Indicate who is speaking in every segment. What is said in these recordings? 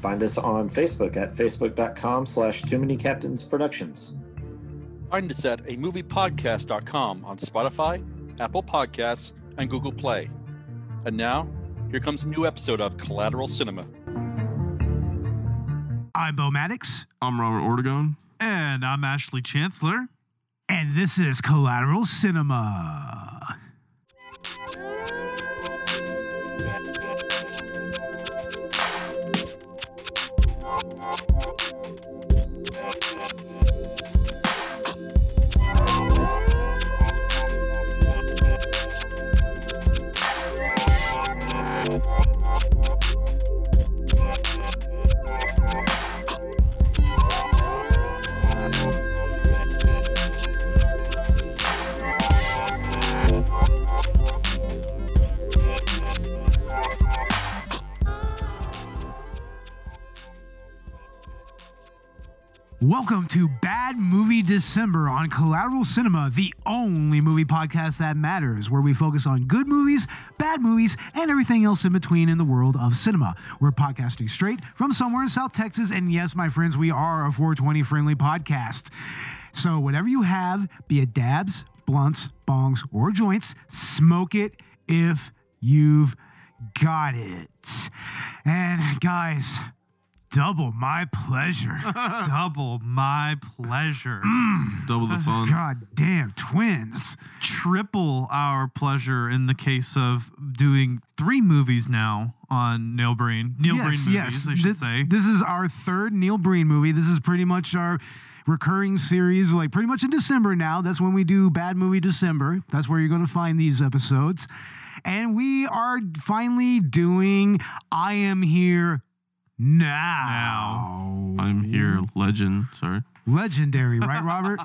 Speaker 1: Find us on Facebook at facebook.com slash too many captains productions.
Speaker 2: Find us at a moviepodcast.com on Spotify, Apple Podcasts, and Google Play. And now, here comes a new episode of Collateral Cinema.
Speaker 3: I'm Bo Maddox.
Speaker 4: I'm Robert Ortegon.
Speaker 3: And I'm Ashley Chancellor.
Speaker 5: And this is Collateral Cinema. Welcome to Bad Movie December on Collateral Cinema, the only movie podcast that matters, where we focus on good movies, bad movies, and everything else in between in the world of cinema. We're podcasting straight from somewhere in South Texas, and yes, my friends, we are a 420 friendly podcast. So, whatever you have, be it dabs, blunts, bongs, or joints, smoke it if you've got it. And, guys, double my pleasure.
Speaker 3: Double my pleasure.
Speaker 4: Double the fun.
Speaker 5: God damn, twins.
Speaker 3: Triple our pleasure in the case of doing three movies now on Neil Breen. Neil Breen movies, I should
Speaker 5: this,
Speaker 3: say.
Speaker 5: This is our third Neil Breen movie. This is pretty much our recurring series, like pretty much in December now. That's when we do Bad Movie December. That's where you're going to find these episodes. And we are finally doing I Am Here Now.
Speaker 4: I'm here, legend. Sorry.
Speaker 5: Legendary, right, Robert?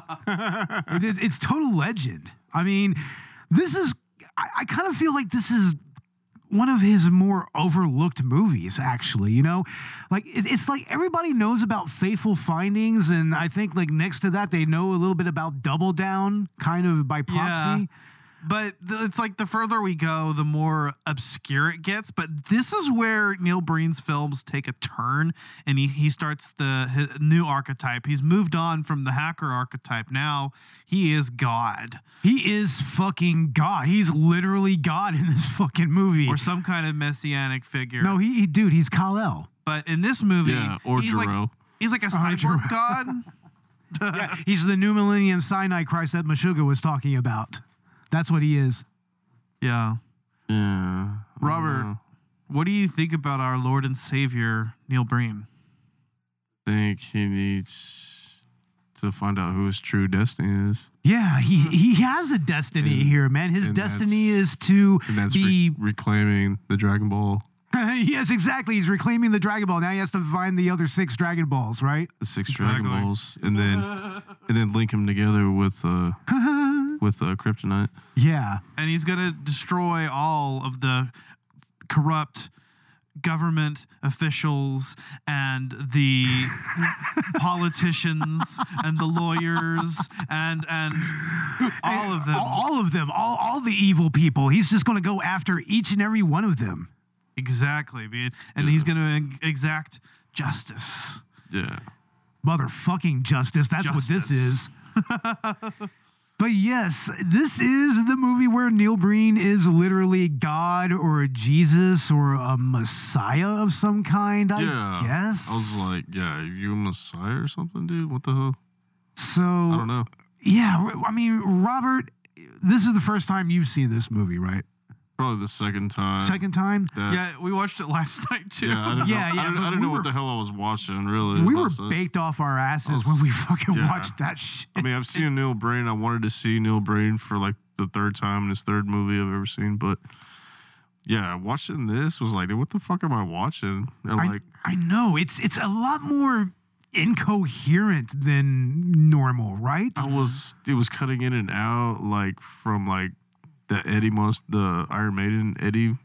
Speaker 5: It- it- it's total legend. I mean, this is, I, I kind of feel like this is one of his more overlooked movies, actually. You know, like it, it's like everybody knows about Faithful Findings, and I think like next to that, they know a little bit about Double Down, kind of by proxy.
Speaker 3: But th- it's like the further we go, the more obscure it gets. But this is where Neil Breen's films take a turn, and he, he starts the his new archetype. He's moved on from the hacker archetype. Now he is God,
Speaker 5: He is fucking God. He's literally God in this fucking movie.
Speaker 3: or some kind of messianic figure.
Speaker 5: no, he, he dude, he's Kal El.
Speaker 3: but in this movie,
Speaker 4: Yeah, or
Speaker 3: he's like
Speaker 4: Jiro.
Speaker 3: he's like a
Speaker 5: Jiro.
Speaker 3: cyborg god.
Speaker 5: yeah, he's the new Millennium Sinai Christ that Meshuggah was talking about. That's what he is.
Speaker 3: Yeah,
Speaker 4: Yeah. I
Speaker 3: Robert, what do you think about our Lord and Savior Neil Breen?
Speaker 4: think he needs to find out who his true destiny is.
Speaker 5: Yeah, he he has a destiny
Speaker 4: Hmm. And-
Speaker 5: here, man. His
Speaker 4: and
Speaker 5: destiny is to
Speaker 4: And that's
Speaker 5: be.
Speaker 4: re- reclaiming the Dragon Ball,
Speaker 5: yes, exactly. He's reclaiming the Dragon Ball. Now he has to find the other six Dragon Balls, right?
Speaker 4: the six
Speaker 3: Exactly.
Speaker 4: Dragon Balls, and then and then link them together with uh with uh, Kryptonite.
Speaker 5: yeah.
Speaker 3: and he's going to destroy all of the corrupt government officials and the politicians and the lawyers and and all of them
Speaker 5: All, all of them. All, all the evil people. He's just going to go after each and every one of them.
Speaker 3: exactly man and he's going to exact justice
Speaker 4: Yeah.
Speaker 5: motherfucking justice. That's what this
Speaker 3: Justice.
Speaker 5: is. but yes, this is the movie where Neil Breen is literally God or a Jesus or a Messiah of some kind, I
Speaker 4: yeah.
Speaker 5: guess.
Speaker 4: I was like, yeah, you a messiah or something, dude? What the hell?
Speaker 5: so
Speaker 4: I don't know.
Speaker 5: yeah, I mean, Robert, this is the first time you've seen this movie, right?
Speaker 4: Probably the second time.
Speaker 5: Second time.
Speaker 4: Uh, That,
Speaker 3: yeah we watched it last night too
Speaker 4: Yeah, I don't know.
Speaker 5: Yeah, yeah,
Speaker 4: I don't,
Speaker 5: but
Speaker 4: I don't
Speaker 5: we
Speaker 4: know
Speaker 5: were-
Speaker 4: what the hell I was watching. Really,
Speaker 5: We were
Speaker 4: That's it.
Speaker 5: baked off our asses
Speaker 4: Oh,
Speaker 5: when we fucking
Speaker 4: yeah.
Speaker 5: watched that shit.
Speaker 4: I mean, I've seen Neil Brain. I wanted to see Neil Brain for like the third time in his third movie I've ever seen, but yeah, watching this was like, dude, what the fuck am I watching? And
Speaker 5: I,
Speaker 4: like,
Speaker 5: I know it's it's a lot more incoherent than normal, right?
Speaker 4: I was it was cutting in and out like from like the Eddie Monst the Iron Maiden Eddie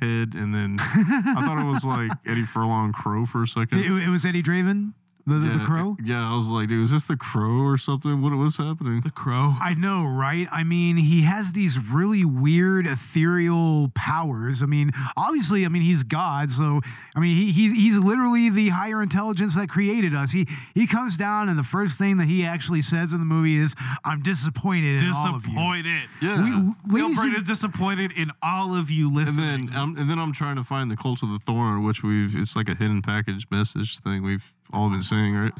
Speaker 4: head and then I thought it was like Eddie Furlong Crow for a second.
Speaker 5: It, it was Eddie Draven, the, the- the
Speaker 4: Yeah,
Speaker 5: crow.
Speaker 4: Yeah, I was like, dude, is this the crow or something? What was happening?
Speaker 3: The crow.
Speaker 5: I know, right? I mean, he has these really weird ethereal powers. I mean, obviously, I mean, he's God, so I mean, he, he's he's literally the higher intelligence that created us. He he comes down, and the first thing that he actually says in the movie is, "I'm disappointed." in all of you."
Speaker 3: Disappointed.
Speaker 4: Yeah.
Speaker 5: We,
Speaker 3: Neil
Speaker 5: ladies
Speaker 3: Breen
Speaker 5: and
Speaker 3: is disappointed in all of you
Speaker 4: and
Speaker 3: listening.
Speaker 4: then um, and then I'm trying to find the cult of the thorn, which we've it's like a hidden package message thing we've all been saying, right?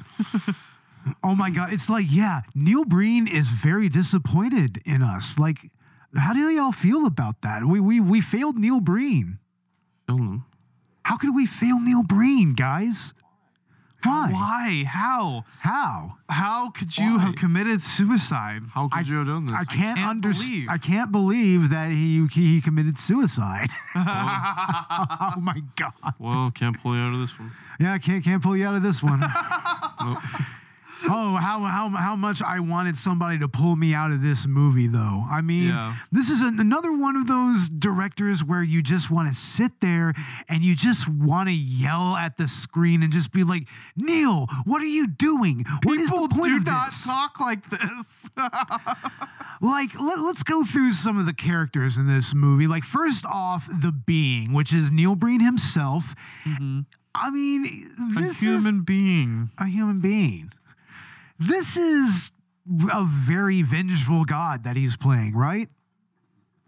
Speaker 5: Oh my God. It's like, yeah, Neil Breen is very disappointed in us. Like, how do y'all feel about that? We, we, we failed Neil Breen.
Speaker 4: Killing them.
Speaker 5: How could we fail Neil Breen, guys? Why?
Speaker 3: Why? How?
Speaker 5: How?
Speaker 3: How could you have committed suicide?
Speaker 4: How could you have done this?
Speaker 5: I can't,
Speaker 3: can't
Speaker 5: understand.
Speaker 3: believe.
Speaker 5: I can't believe that he, he, he committed suicide. oh my God.
Speaker 4: well, can't pull you out of this one.
Speaker 5: Yeah, I can't, can't pull you out of this one. Oh, how, how how much I wanted somebody to pull me out of this movie, though. I mean,
Speaker 4: Yeah.
Speaker 5: this is an, another one of those directors where you just want to sit there and you just want to yell at the screen and just be like, "Neil, what are you doing? What is
Speaker 3: People
Speaker 5: the point
Speaker 3: do
Speaker 5: of
Speaker 3: not
Speaker 5: this?"
Speaker 3: talk like this.
Speaker 5: Like, let, us go through some of the characters in this movie. Like, first off, the being, which is Neil Breen himself. I mean,
Speaker 3: a
Speaker 5: this is
Speaker 3: human being.
Speaker 5: a human being. This is a very vengeful god that he's playing, right?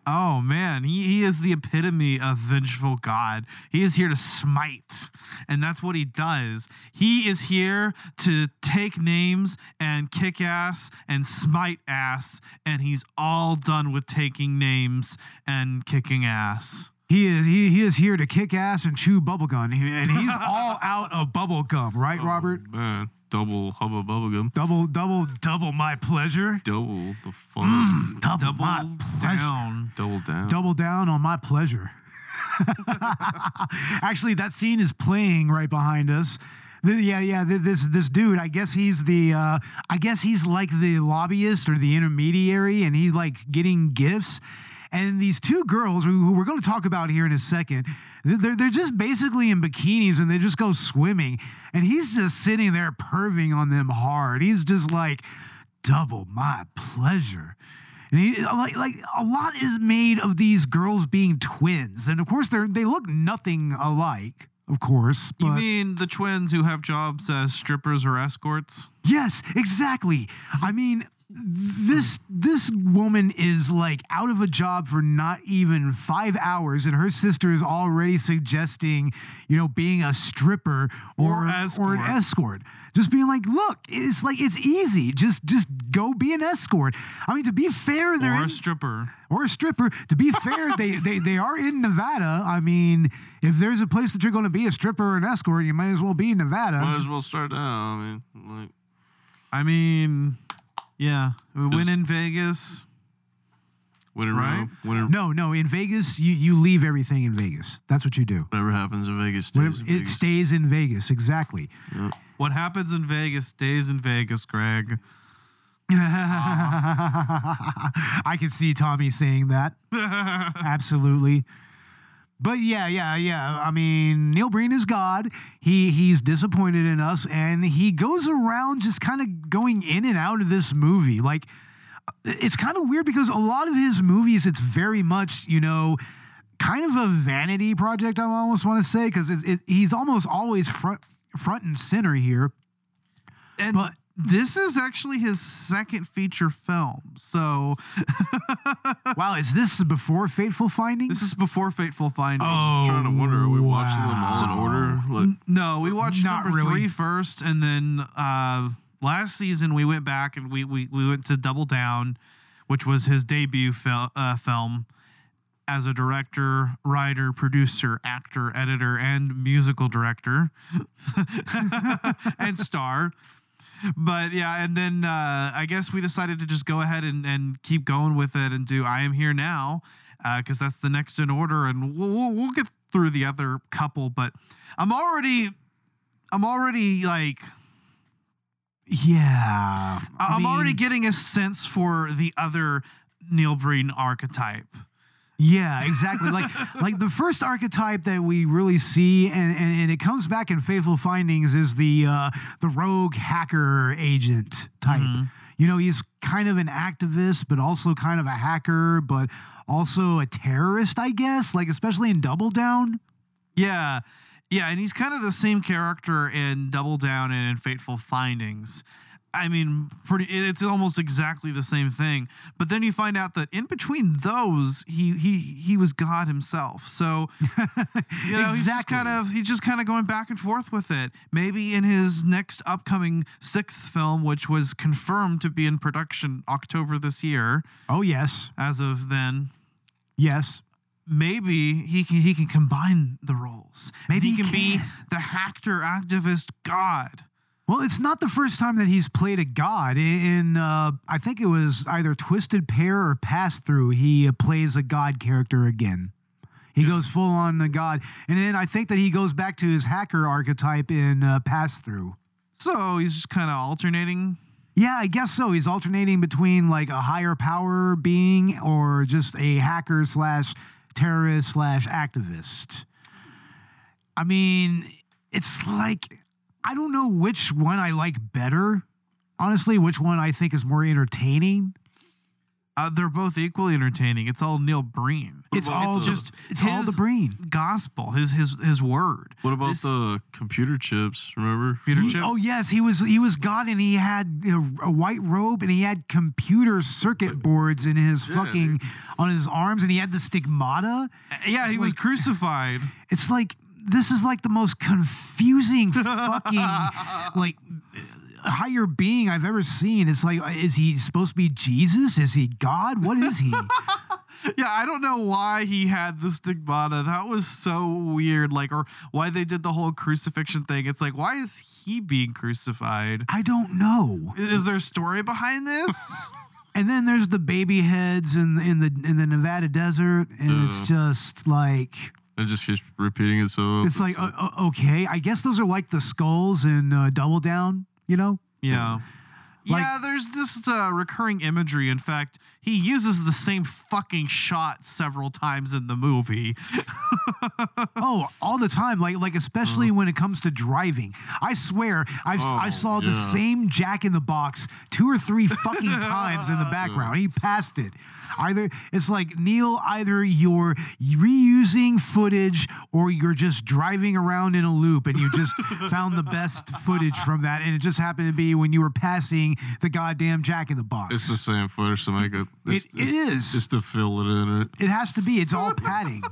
Speaker 3: Oh man, he, he is the epitome of vengeful God. He is here to smite, and that's what he does. He is here to take names and kick ass and smite ass, and he's all done with taking names and kicking ass.
Speaker 5: He is he, he is here to kick ass and chew bubblegum, and he's all out of bubblegum, right, Robert?
Speaker 4: Man, double hubba bubblegum.
Speaker 5: Double, double, double my pleasure.
Speaker 4: Double the fun.
Speaker 5: Double, my
Speaker 3: Double
Speaker 5: pleasure.
Speaker 3: down.
Speaker 4: double down.
Speaker 5: Mm. Double down on my pleasure. Actually, that scene is playing right behind us. Th- yeah, yeah. th- This this dude, I guess he's the, uh, I guess he's like the lobbyist or the intermediary, and he's like getting gifts. And these two girls who who we're going to talk about here in a second, they're- they're they're just basically in bikinis and they just go swimming, and he's just sitting there perving on them hard. He's just like, double my pleasure. And he, uh, like, like a lot is made of these girls being twins, and of course they are they look nothing alike. Of course,
Speaker 3: You
Speaker 5: but
Speaker 3: mean the twins who have jobs as strippers or escorts?
Speaker 5: yes, exactly. I mean, this this woman is like out of a job for not even five hours, and her sister is already suggesting, you know, being a stripper or
Speaker 3: Or
Speaker 5: or an
Speaker 3: escort.
Speaker 5: escort. Just being like, look, it's like it's easy. Just just go be an escort. I mean, to be fair, there
Speaker 3: Or a
Speaker 5: is-
Speaker 3: stripper?
Speaker 5: or a stripper. To be fair, they, they they are in Nevada. I mean, if there's a place that you're going to be a stripper or an escort, you might as well be in Nevada.
Speaker 4: Might as well start now. I mean, like
Speaker 3: I mean, yeah. We win
Speaker 4: Is-
Speaker 3: in Vegas.
Speaker 4: when in
Speaker 3: Right?
Speaker 4: Rome, when in-
Speaker 5: No, no, in Vegas, you you leave everything in Vegas. That's what you do.
Speaker 4: whatever happens in Vegas stays
Speaker 5: Whatever-
Speaker 4: in
Speaker 5: it
Speaker 4: Vegas.
Speaker 5: stays in Vegas, exactly.
Speaker 3: What happens in Vegas stays in Vegas, Greg. Uh-huh.
Speaker 5: I can see Tommy saying that. Absolutely. But yeah, yeah, yeah. I mean, Neil Breen is God. He he's disappointed in us, and he goes around just kind of going in and out of this movie. Like, it's kind of weird because a lot of his movies, it's very much you know, kind of a vanity project. I almost want to say because it, it, he's almost always front front and center here.
Speaker 3: And
Speaker 5: But-
Speaker 3: this is actually his second feature film. So
Speaker 5: wow, is this before Fateful Findings?
Speaker 3: this is before Fateful Findings.
Speaker 4: I was trying to wonder, are we watching them all in
Speaker 5: Oh, wow.
Speaker 4: order? Like,
Speaker 3: N- No, we watched
Speaker 5: Not
Speaker 3: number
Speaker 5: really.
Speaker 3: three first, and then uh, last season we went back and we, we, we went to Double Down, which was his debut fil- uh, film as a director, writer, producer, actor, editor, and musical director and star. But yeah, and then uh, I guess we decided to just go ahead and, and keep going with it and do I Am Here Now because that's the next in order, and we'll, we'll we'll get through the other couple. But I'm already I'm already like
Speaker 5: Yeah.
Speaker 3: I- I'm already
Speaker 5: mean,
Speaker 3: getting a sense for the other Neil Breen archetype.
Speaker 5: Yeah, exactly. like like the first archetype that we really see, and, and, and it comes back in Faithful Findings, is the uh, the rogue hacker agent type.
Speaker 3: Mhm.
Speaker 5: You know, he's kind of an activist, but also kind of a hacker, but also a terrorist, I guess. Like especially in Double Down.
Speaker 3: Yeah. Yeah, and he's kind of the same character in Double Down and in Fateful Findings. I mean, pretty it- it's almost exactly the same thing. But then you find out that in between those, he he he was God himself. So you know, he's just kind of he's just kind of going back and forth with it. Maybe in his next upcoming sixth film, which was confirmed to be in production October this year,
Speaker 5: Oh yes,
Speaker 3: as of then,
Speaker 5: yes.
Speaker 3: maybe he can he can combine the roles. And
Speaker 5: Maybe
Speaker 3: he
Speaker 5: he
Speaker 3: can, be
Speaker 5: can.
Speaker 3: the hacker activist god.
Speaker 5: Well, it's not the first time that he's played a god. I- In uh, I think it was either Twisted Pair or Pass Through, he uh, plays a god character again. He goes full on the god, and then I think that he goes back to his hacker archetype in uh, Pass Through.
Speaker 3: So he's just kind of alternating.
Speaker 5: Yeah, I guess so. He's alternating between like a higher power being or just a hacker slash terrorist slash activist. I mean, it's like I don't know which one I like better. Honestly, which one I think is more entertaining.
Speaker 3: Uh, they're both equally entertaining. It's all Neil Breen.
Speaker 5: It's all
Speaker 3: just
Speaker 5: It's all the
Speaker 3: his
Speaker 5: brain.
Speaker 3: gospel. His his his word.
Speaker 4: What about
Speaker 3: This-
Speaker 4: the computer chips? Remember?
Speaker 3: Peter
Speaker 5: He-
Speaker 3: Chips.
Speaker 5: oh yes, he was he was God, and he had a, a white robe, and he had computer circuit boards in his
Speaker 4: Yeah,
Speaker 5: fucking on his arms, and he had the stigmata.
Speaker 3: yeah, he
Speaker 5: it's
Speaker 3: was
Speaker 5: like-
Speaker 3: crucified.
Speaker 5: It's like this is like the most confusing fucking like higher being I've ever seen. It's like is he supposed to be Jesus? Is he God? What is he?
Speaker 3: Yeah, I don't know why he had the stigmata. That was so weird. Like, or why they did the whole crucifixion thing. It's like, why is he being crucified?
Speaker 5: I don't know.
Speaker 3: Is is there a story behind this?
Speaker 5: And then there's the baby heads in in the in the Nevada desert and it's just like
Speaker 4: oh, It just keeps repeating itself.
Speaker 5: it's like uh, uh, okay, I guess those are like the skulls in uh, Double Down, you know?
Speaker 3: yeah.
Speaker 5: Like-
Speaker 3: yeah, there's this uh, recurring imagery. In fact, he uses the same fucking shot several times in the movie.
Speaker 5: Oh, all the time. Like like
Speaker 3: Uh-huh.
Speaker 5: especially when it comes to driving. I swear, I've I
Speaker 4: Oh,
Speaker 5: saw the
Speaker 4: yeah.
Speaker 5: same Jack in the Box two or three fucking times in the background. He passed it. Either it's like Neil, either you're reusing footage or you're just driving around in a loop and you just found the best footage from that, and it just happened to be when you were passing the goddamn Jack in the Box.
Speaker 4: It's the same footage to make it. It's,
Speaker 5: It- it is.
Speaker 4: It's to fill it in it.
Speaker 5: it has to be. It's all padding.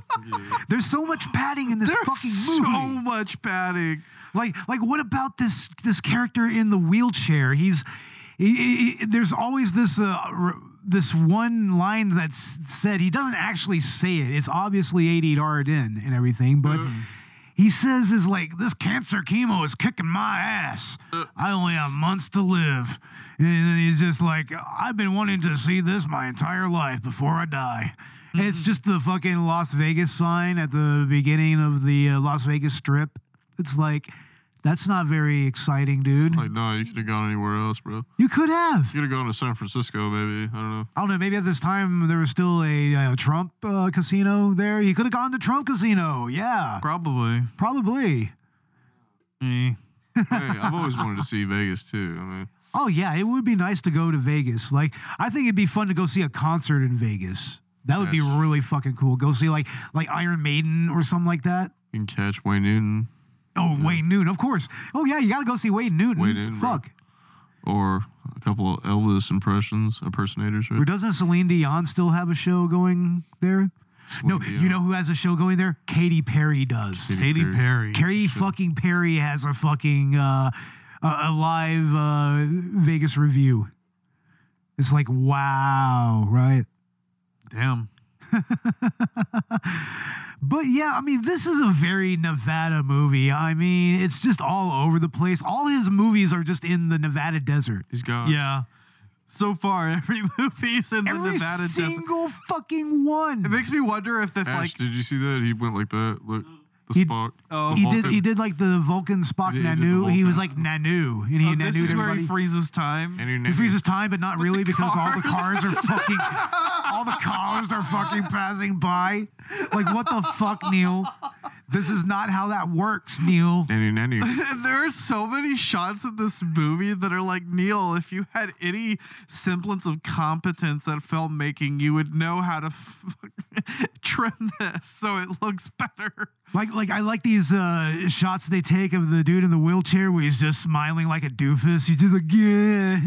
Speaker 5: There's so much padding in this fucking
Speaker 3: so
Speaker 5: movie.
Speaker 3: much padding.
Speaker 5: Like, like what about this this character in the wheelchair? He's he, he- he- there's always this uh, r- this one line that's said. He doesn't actually say it. It's obviously 88 in and everything, but. He says is like this cancer chemo is kicking my ass. I only have months to live. And then he's just like I've been wanting to see this my entire life before I die. And it's just the fucking Las Vegas sign at the beginning of the uh, Las Vegas strip. It's like that's not very exciting, dude.
Speaker 4: Like, no, you could have gone anywhere else, bro.
Speaker 5: you could have.
Speaker 4: You could have gone to San Francisco, maybe. I don't know.
Speaker 5: I don't know. Maybe at this time there was still a uh, Trump uh, casino there. You could have gone to Trump casino. Yeah,
Speaker 3: Probably.
Speaker 5: probably.
Speaker 3: Eh.
Speaker 4: hey, I've always wanted to see Vegas too. I mean,
Speaker 5: Oh yeah, it would be nice to go to Vegas. Like I think it'd be fun to go see a concert in Vegas. That would be
Speaker 4: Yes.
Speaker 5: really fucking cool. Go see like like Iron Maiden or something like that.
Speaker 4: you can catch Wayne Newton
Speaker 5: Oh, Wayne Newton, of course. Oh yeah, you gotta go see Wayne Newton.
Speaker 4: Wayne Newton, bro.
Speaker 5: Fuck.
Speaker 4: or a couple of Elvis impressions, impersonators.
Speaker 5: Or
Speaker 4: Right?
Speaker 5: doesn't Celine Dion still have a show going there? no,
Speaker 4: Celine
Speaker 5: you
Speaker 4: Dion.
Speaker 5: know who has a show going there? Katy Perry does.
Speaker 3: Katy
Speaker 4: Perry.
Speaker 3: Perry.
Speaker 5: Katy fucking Perry has a fucking uh, a, a live uh, Vegas review. It's like wow, right?
Speaker 3: Damn.
Speaker 5: But yeah, I mean, this is a very Nevada movie. I mean, it's just all over the place. All his movies are just in the Nevada desert.
Speaker 4: He's got
Speaker 3: Yeah. So far, every movie's in the
Speaker 5: Every
Speaker 3: Nevada desert.
Speaker 5: single fucking one.
Speaker 3: It makes me wonder if, if
Speaker 4: Ash,
Speaker 3: like
Speaker 4: did you see that? He went like that. Look, The
Speaker 5: He-
Speaker 4: Spock.
Speaker 3: Oh,
Speaker 4: the
Speaker 5: He did.
Speaker 4: Vulcan.
Speaker 5: He did like the Vulcan Spock
Speaker 4: He did- he did the
Speaker 5: Nanu. He was like
Speaker 4: Vulcan.
Speaker 5: Nanu, and he
Speaker 3: Oh,
Speaker 5: Nanu
Speaker 3: this is where
Speaker 5: everybody.
Speaker 3: he freezes time.
Speaker 4: And your
Speaker 5: He
Speaker 4: name
Speaker 5: freezes time, but not really, because all the
Speaker 3: cars.
Speaker 5: cars are fucking, all the cars are fucking passing by. Like, what the fuck, Neil? This is not how that works, Neil.
Speaker 4: And your nanny.
Speaker 3: And there are so many shots in this movie that are like, Neil, if you had any semblance of competence at filmmaking, you would know how to f- trim this so it looks better.
Speaker 5: Like, like I like these uh, shots they take of the dude in the wheelchair where he's just smiling like a doofus. He's just like, yeah,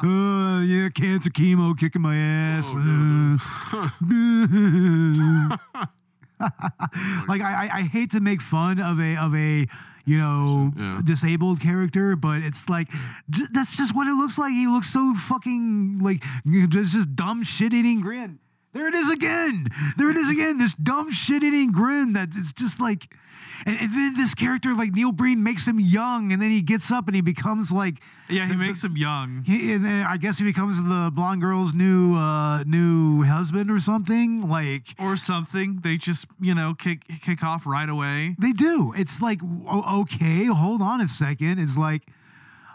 Speaker 5: oh, yeah, cancer chemo kicking my ass.
Speaker 4: Oh, no,
Speaker 5: like I, I- I hate to make fun of a of a you know
Speaker 4: Yeah.
Speaker 5: disabled character, but it's like j- that's just what it looks like. He looks so fucking like just just dumb shit eating grin. There it is again. There it is again. This dumb shit eating grin that it's just like, and, and then this character like Neil Breen makes him young, and then he gets up and he becomes like
Speaker 3: Yeah, he makes him young.
Speaker 5: he, and then I guess he becomes the blonde girl's new uh, new husband or something like.
Speaker 3: Or something. They just, you know, kick kick off right away.
Speaker 5: They do. It's like o- okay, hold on a second. It's like,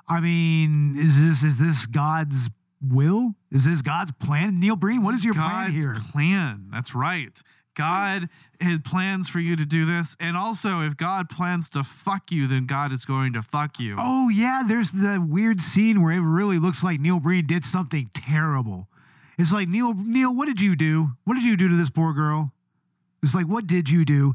Speaker 5: I mean, is this is this God's will? Is this God's plan? Neil Breen, what is your plan
Speaker 3: God's
Speaker 5: here?
Speaker 3: Plan. That's right. God had plans for you to do this. And also, if God plans to fuck you, then God is going to fuck you.
Speaker 5: Oh yeah, there's the weird scene where it really looks like Neil Breen did something terrible. It's like Neil, Neil, what did you do? What did you do to this poor girl? It's like, what did you do?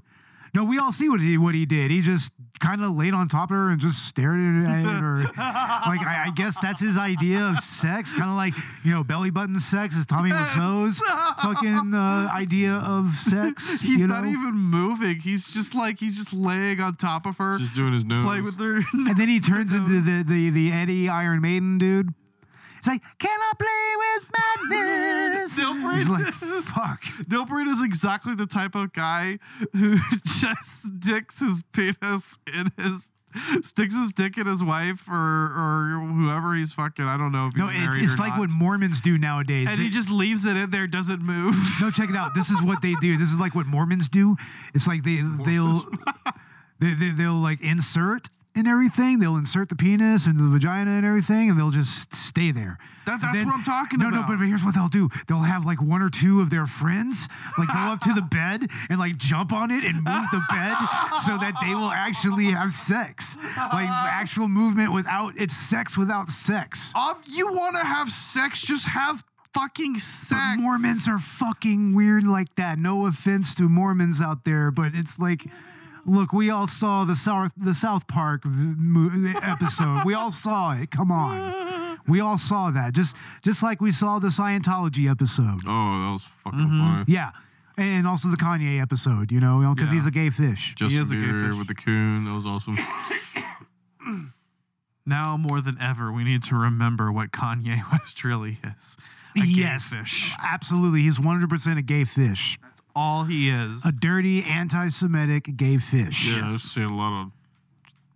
Speaker 5: No, we all see what he what he did. He just kind of laid on top of her and just stared at her. Like I, I guess that's his idea of sex, kind of like you know belly button sex is Tommy Wiseau's fucking uh, idea of sex.
Speaker 3: He's
Speaker 5: you
Speaker 3: not
Speaker 5: know?
Speaker 3: even moving. He's just like he's just laying on top of her,
Speaker 4: Just doing his nose.
Speaker 3: playing with her.
Speaker 5: And then he turns into the, the, the Eddie Iron Maiden dude. It's like, can I play with madness?
Speaker 3: Neil Breen.
Speaker 5: He's like, fuck.
Speaker 3: Nilbrin is exactly the type of guy who just sticks his penis in his sticks his dick in his wife or or whoever he's fucking. I don't know if he's
Speaker 5: No, it's,
Speaker 3: married
Speaker 5: it's
Speaker 3: or
Speaker 5: like
Speaker 3: not.
Speaker 5: what Mormons do nowadays.
Speaker 3: and
Speaker 5: They-
Speaker 3: he just leaves it in there, doesn't move.
Speaker 5: no, check it out. This is what they do. This is like what Mormons do. It's like they they'll they, they they'll like insert and everything. They'll insert the penis into the vagina and everything, and they'll just stay there.
Speaker 3: That- that's
Speaker 5: Then-
Speaker 3: what I'm talking
Speaker 5: no, No,
Speaker 3: about.
Speaker 5: but, but here's what they'll do. They'll have like one or two of their friends like go up to the bed and like jump on it and move the bed so that they will actually have sex, like actual movement without it's sex without sex.
Speaker 3: Um, you want to have sex? Just have fucking sex.
Speaker 5: But Mormons are fucking weird like that. No offense to Mormons out there, but it's like, look, we all saw the South the South Park v- mo- episode. we all saw it. Come on, we all saw that. Just just like we saw the Scientology episode.
Speaker 4: Oh, that was fucking
Speaker 3: Mm-hmm.
Speaker 4: fun.
Speaker 5: Yeah, and also the Kanye episode. You know, because he's a gay fish.
Speaker 4: Justin
Speaker 3: is a gay
Speaker 4: Bieber
Speaker 3: fish.
Speaker 4: with the coon. That was awesome.
Speaker 3: Now more than ever, we need to remember what Kanye West really is. A gay
Speaker 5: yes,
Speaker 3: fish.
Speaker 5: absolutely. He's 100% a gay fish.
Speaker 3: All he is.
Speaker 5: A dirty, anti Semitic gay fish.
Speaker 4: Yeah, I've seen a lot of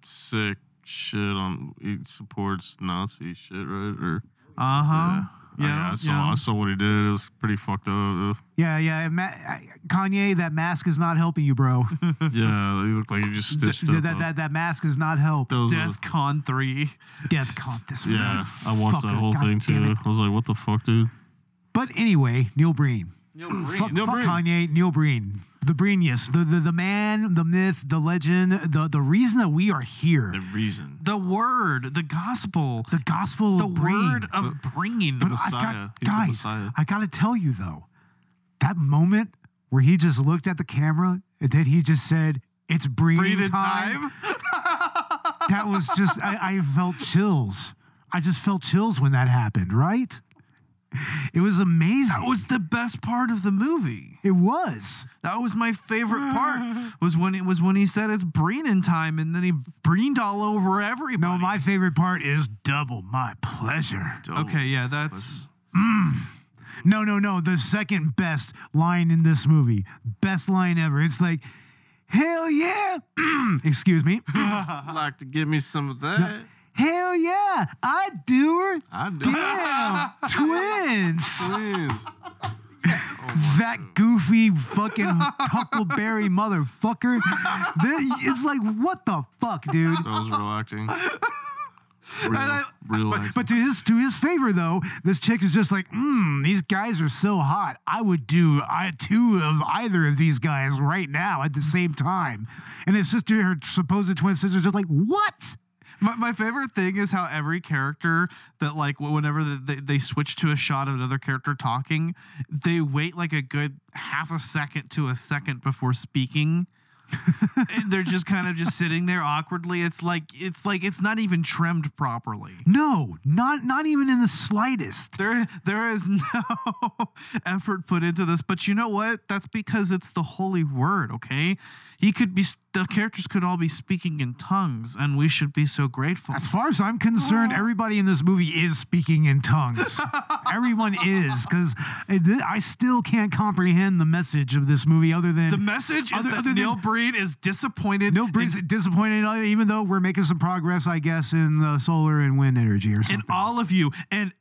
Speaker 4: sick shit on. He supports Nazi shit, right? Or oh,
Speaker 3: Uh huh.
Speaker 4: yeah, I, I saw I saw what he did. It was pretty fucked up. Ugh.
Speaker 5: Yeah, yeah. Ma- I- Kanye, that mask is not helping you, bro.
Speaker 4: yeah, he looked like he just uh, stitched
Speaker 5: Yeah,
Speaker 4: up.
Speaker 5: that,
Speaker 4: a-
Speaker 5: that, that mask is not help.
Speaker 4: that was a-
Speaker 3: Death Con 3.
Speaker 5: Death comp this
Speaker 4: yeah, I watched that
Speaker 5: motherfucker,
Speaker 4: whole
Speaker 5: God
Speaker 4: thing
Speaker 5: damn
Speaker 4: too.
Speaker 5: it.
Speaker 4: I was like, what the fuck, dude?
Speaker 5: But anyway, Neil Breen. Fuck,
Speaker 4: Neil
Speaker 5: fuck
Speaker 4: Breen.
Speaker 5: Kanye, Neil Breen. The Breenius. The, the the man, the myth, the legend, the, the reason that we are here.
Speaker 4: The reason.
Speaker 3: The word, the gospel,
Speaker 5: The gospel
Speaker 3: the
Speaker 5: of Breen.
Speaker 3: word of bringing.
Speaker 5: But
Speaker 4: Messiah.
Speaker 5: I
Speaker 4: He's
Speaker 5: got,
Speaker 4: the
Speaker 5: guys,
Speaker 4: Messiah.
Speaker 5: I gotta tell you though, that moment where he just looked at the camera and then he just said, "It's breeding,
Speaker 3: Breathe in
Speaker 5: time.
Speaker 3: time.
Speaker 5: That was just I, I felt chills. I just felt chills when that happened. Right? It was amazing.
Speaker 3: That was the best part of the movie.
Speaker 5: it was.
Speaker 3: That was my favorite part. Was when it was when he said it's Breening time, and then he breened all over everybody.
Speaker 5: No, my favorite part is double my pleasure.
Speaker 3: Okay, yeah, that's
Speaker 5: Mm. No, no, no. The second best line in this movie, best line ever. It's like, hell yeah. Mm. Excuse me.
Speaker 4: I'd like to give me some of that.
Speaker 5: Hell yeah, I do her.
Speaker 4: I do.
Speaker 5: Damn, twins.
Speaker 4: Please.
Speaker 5: that goofy fucking huckleberry motherfucker. Th- it's like, what the fuck, dude?
Speaker 4: That was real acting.
Speaker 5: I-
Speaker 4: Real, real
Speaker 5: But,
Speaker 4: acting.
Speaker 5: but to his to his favor though, this chick is just like, mm, these guys are so hot. I would do I, two of either of these guys right now at the same time. And his sister, her supposed twin sister, is just like, what?
Speaker 3: My, my favorite thing is how every character that like wh- whenever th- they, they switch to a shot of another character talking, they wait like a good half a second to a second before speaking. and they're just kind of just sitting there awkwardly. It's like it's like it's not even trimmed properly.
Speaker 5: No, not not even in the slightest.
Speaker 3: There there is no effort put into this, but you know what? That's because it's the holy word, okay? He could be the characters could all be speaking in tongues and we should be so grateful.
Speaker 5: As far as I'm concerned, everybody in this movie is speaking in tongues. Everyone is, because I still can't comprehend the message of this movie other than
Speaker 3: The message
Speaker 5: Other-
Speaker 3: is
Speaker 5: other
Speaker 3: that Neil
Speaker 5: than-
Speaker 3: Breen is disappointed.
Speaker 5: No, Brent's disappointed, uh, even though we're making some progress, I guess, in the solar and wind energy or
Speaker 3: in, in
Speaker 5: something.
Speaker 3: all of you, and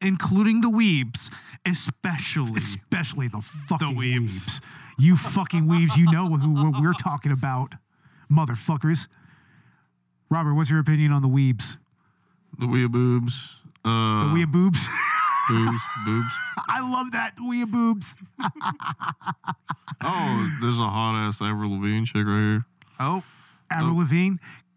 Speaker 3: including the weebs, especially.
Speaker 5: Especially the fucking
Speaker 3: weebs.
Speaker 5: weebs. You fucking weebs. You know who what we're talking about, motherfuckers. Robert, what's your opinion on the weebs?
Speaker 4: the weeaboobs.
Speaker 5: The
Speaker 4: Uh,
Speaker 5: weeboobs?
Speaker 4: boobs, boobs.
Speaker 5: I love that, weeboobs.
Speaker 4: Oh, there's a hot ass Avril Lavigne chick right here.
Speaker 3: oh,
Speaker 5: Avril Lavigne.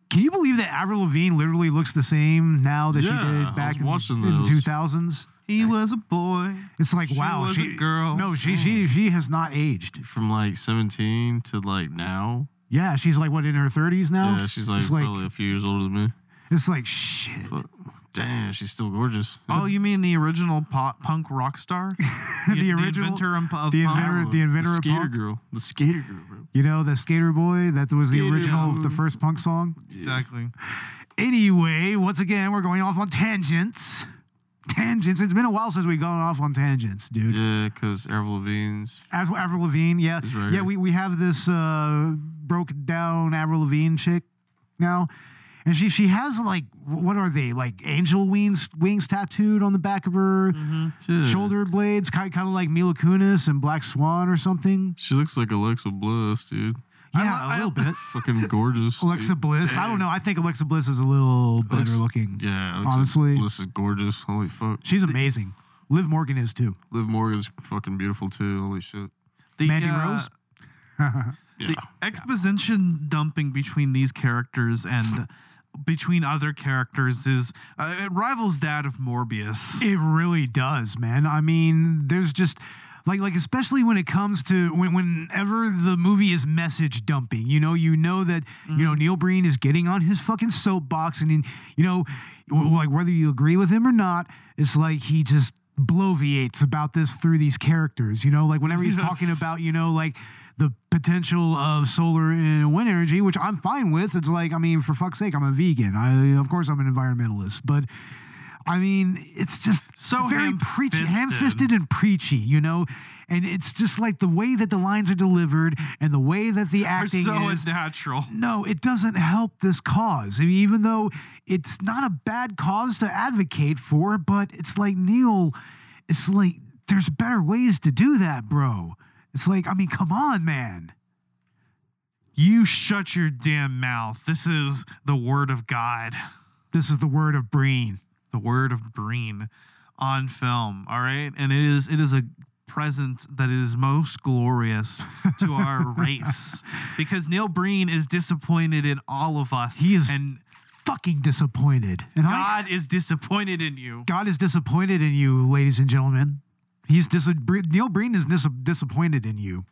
Speaker 5: Can you believe that Avril Lavigne literally looks the same now that
Speaker 4: Yeah,
Speaker 5: she
Speaker 4: I
Speaker 5: did back
Speaker 4: was
Speaker 5: in
Speaker 4: watching
Speaker 5: the in
Speaker 4: those.
Speaker 5: 2000s?
Speaker 3: he was a boy.
Speaker 5: It's like,
Speaker 3: She
Speaker 5: wow,
Speaker 3: was a
Speaker 5: she
Speaker 3: girl.
Speaker 4: Oh,
Speaker 5: No, she she she has not aged.
Speaker 4: From like 17 to like now.
Speaker 5: Yeah, she's like what in her 30s now.
Speaker 4: yeah, she's like,
Speaker 5: it's like-
Speaker 4: probably a few years older than me.
Speaker 5: It's like shit.
Speaker 4: But damn, she's still gorgeous.
Speaker 3: Oh, you mean the original pop, punk rock star? the,
Speaker 5: original-
Speaker 3: inventor of, of
Speaker 5: the
Speaker 3: punk?
Speaker 5: inventor-
Speaker 4: Oh,
Speaker 5: the inventor of
Speaker 4: skater
Speaker 5: punk?
Speaker 4: girl. The skater girl, bro.
Speaker 5: You know, the Skater Boy, that was the
Speaker 4: Skater
Speaker 5: original of the
Speaker 4: Boy.
Speaker 5: first punk song.
Speaker 3: Exactly.
Speaker 5: Anyway, once again, we're going off on tangents. Tangents. It's been a while since we've gone off on tangents, dude.
Speaker 4: Yeah, because Avril Lavigne's.
Speaker 5: Avril, Avril Lavigne, yeah.
Speaker 4: That's right.
Speaker 5: Yeah, we, we have this uh, broken down Avril Lavigne chick now. And she she has like, what are they? Like angel wings, wings tattooed on the back of her
Speaker 4: Yeah.
Speaker 5: shoulder blades, kind, kind of like Mila Kunis and Black Swan or something.
Speaker 4: She looks like Alexa Bliss, dude.
Speaker 5: Yeah,
Speaker 3: li-
Speaker 5: a
Speaker 3: Oh. I-
Speaker 5: little bit.
Speaker 4: Fucking gorgeous.
Speaker 5: Alexa
Speaker 4: dude.
Speaker 5: Bliss. I don't know. I think Alexa Bliss is a little better
Speaker 4: Alexa-
Speaker 5: looking.
Speaker 4: Yeah, Alexa
Speaker 5: honestly.
Speaker 4: Bliss is gorgeous. Holy fuck.
Speaker 5: She's amazing. Liv Morgan is too.
Speaker 4: Liv Morgan's fucking beautiful too. Holy shit.
Speaker 3: The,
Speaker 5: Mandy
Speaker 3: uh,
Speaker 5: Rose.
Speaker 4: Yeah.
Speaker 3: The exposition dumping between these characters and between other characters is uh, it rivals that of Morbius.
Speaker 5: It really does, man. I mean, there's just like like especially when it comes to when, whenever the movie is message dumping, you know, you know that you know Neil Breen is getting on his fucking soapbox, and then, you know, w- like whether you agree with him or not, it's like he just bloviates about this through these characters, you know, like whenever he's talking
Speaker 3: Yes.
Speaker 5: about you know like. The potential of solar and wind energy, which I'm fine with. It's like, I mean, for fuck's sake, I'm a vegan. I, of course, I'm an environmentalist, but I mean, it's just
Speaker 3: So
Speaker 5: very preachy,
Speaker 3: ham-fisted.
Speaker 5: ham-fisted and preachy, you know. And it's just like the way that the lines are delivered and the way that the
Speaker 3: They're
Speaker 5: acting
Speaker 3: so
Speaker 5: is.
Speaker 3: unnatural.
Speaker 5: No, it doesn't help this cause. I mean, even though it's not a bad cause to advocate for, but it's like Neil, it's like there's better ways to do that, bro. It's like, I mean, come on, man.
Speaker 3: You shut your damn mouth. This is the word of God.
Speaker 5: This is the word of Breen.
Speaker 3: The word of Breen on film. All right. And it is it is a present that is most glorious to our race. Because Neil Breen is disappointed in all of us.
Speaker 5: He is-
Speaker 3: and
Speaker 5: Fucking disappointed. And I,
Speaker 3: God is disappointed in you.
Speaker 5: God is disappointed in you, ladies and gentlemen. He's dis- Bre- Neil Breen is dis- disappointed in you.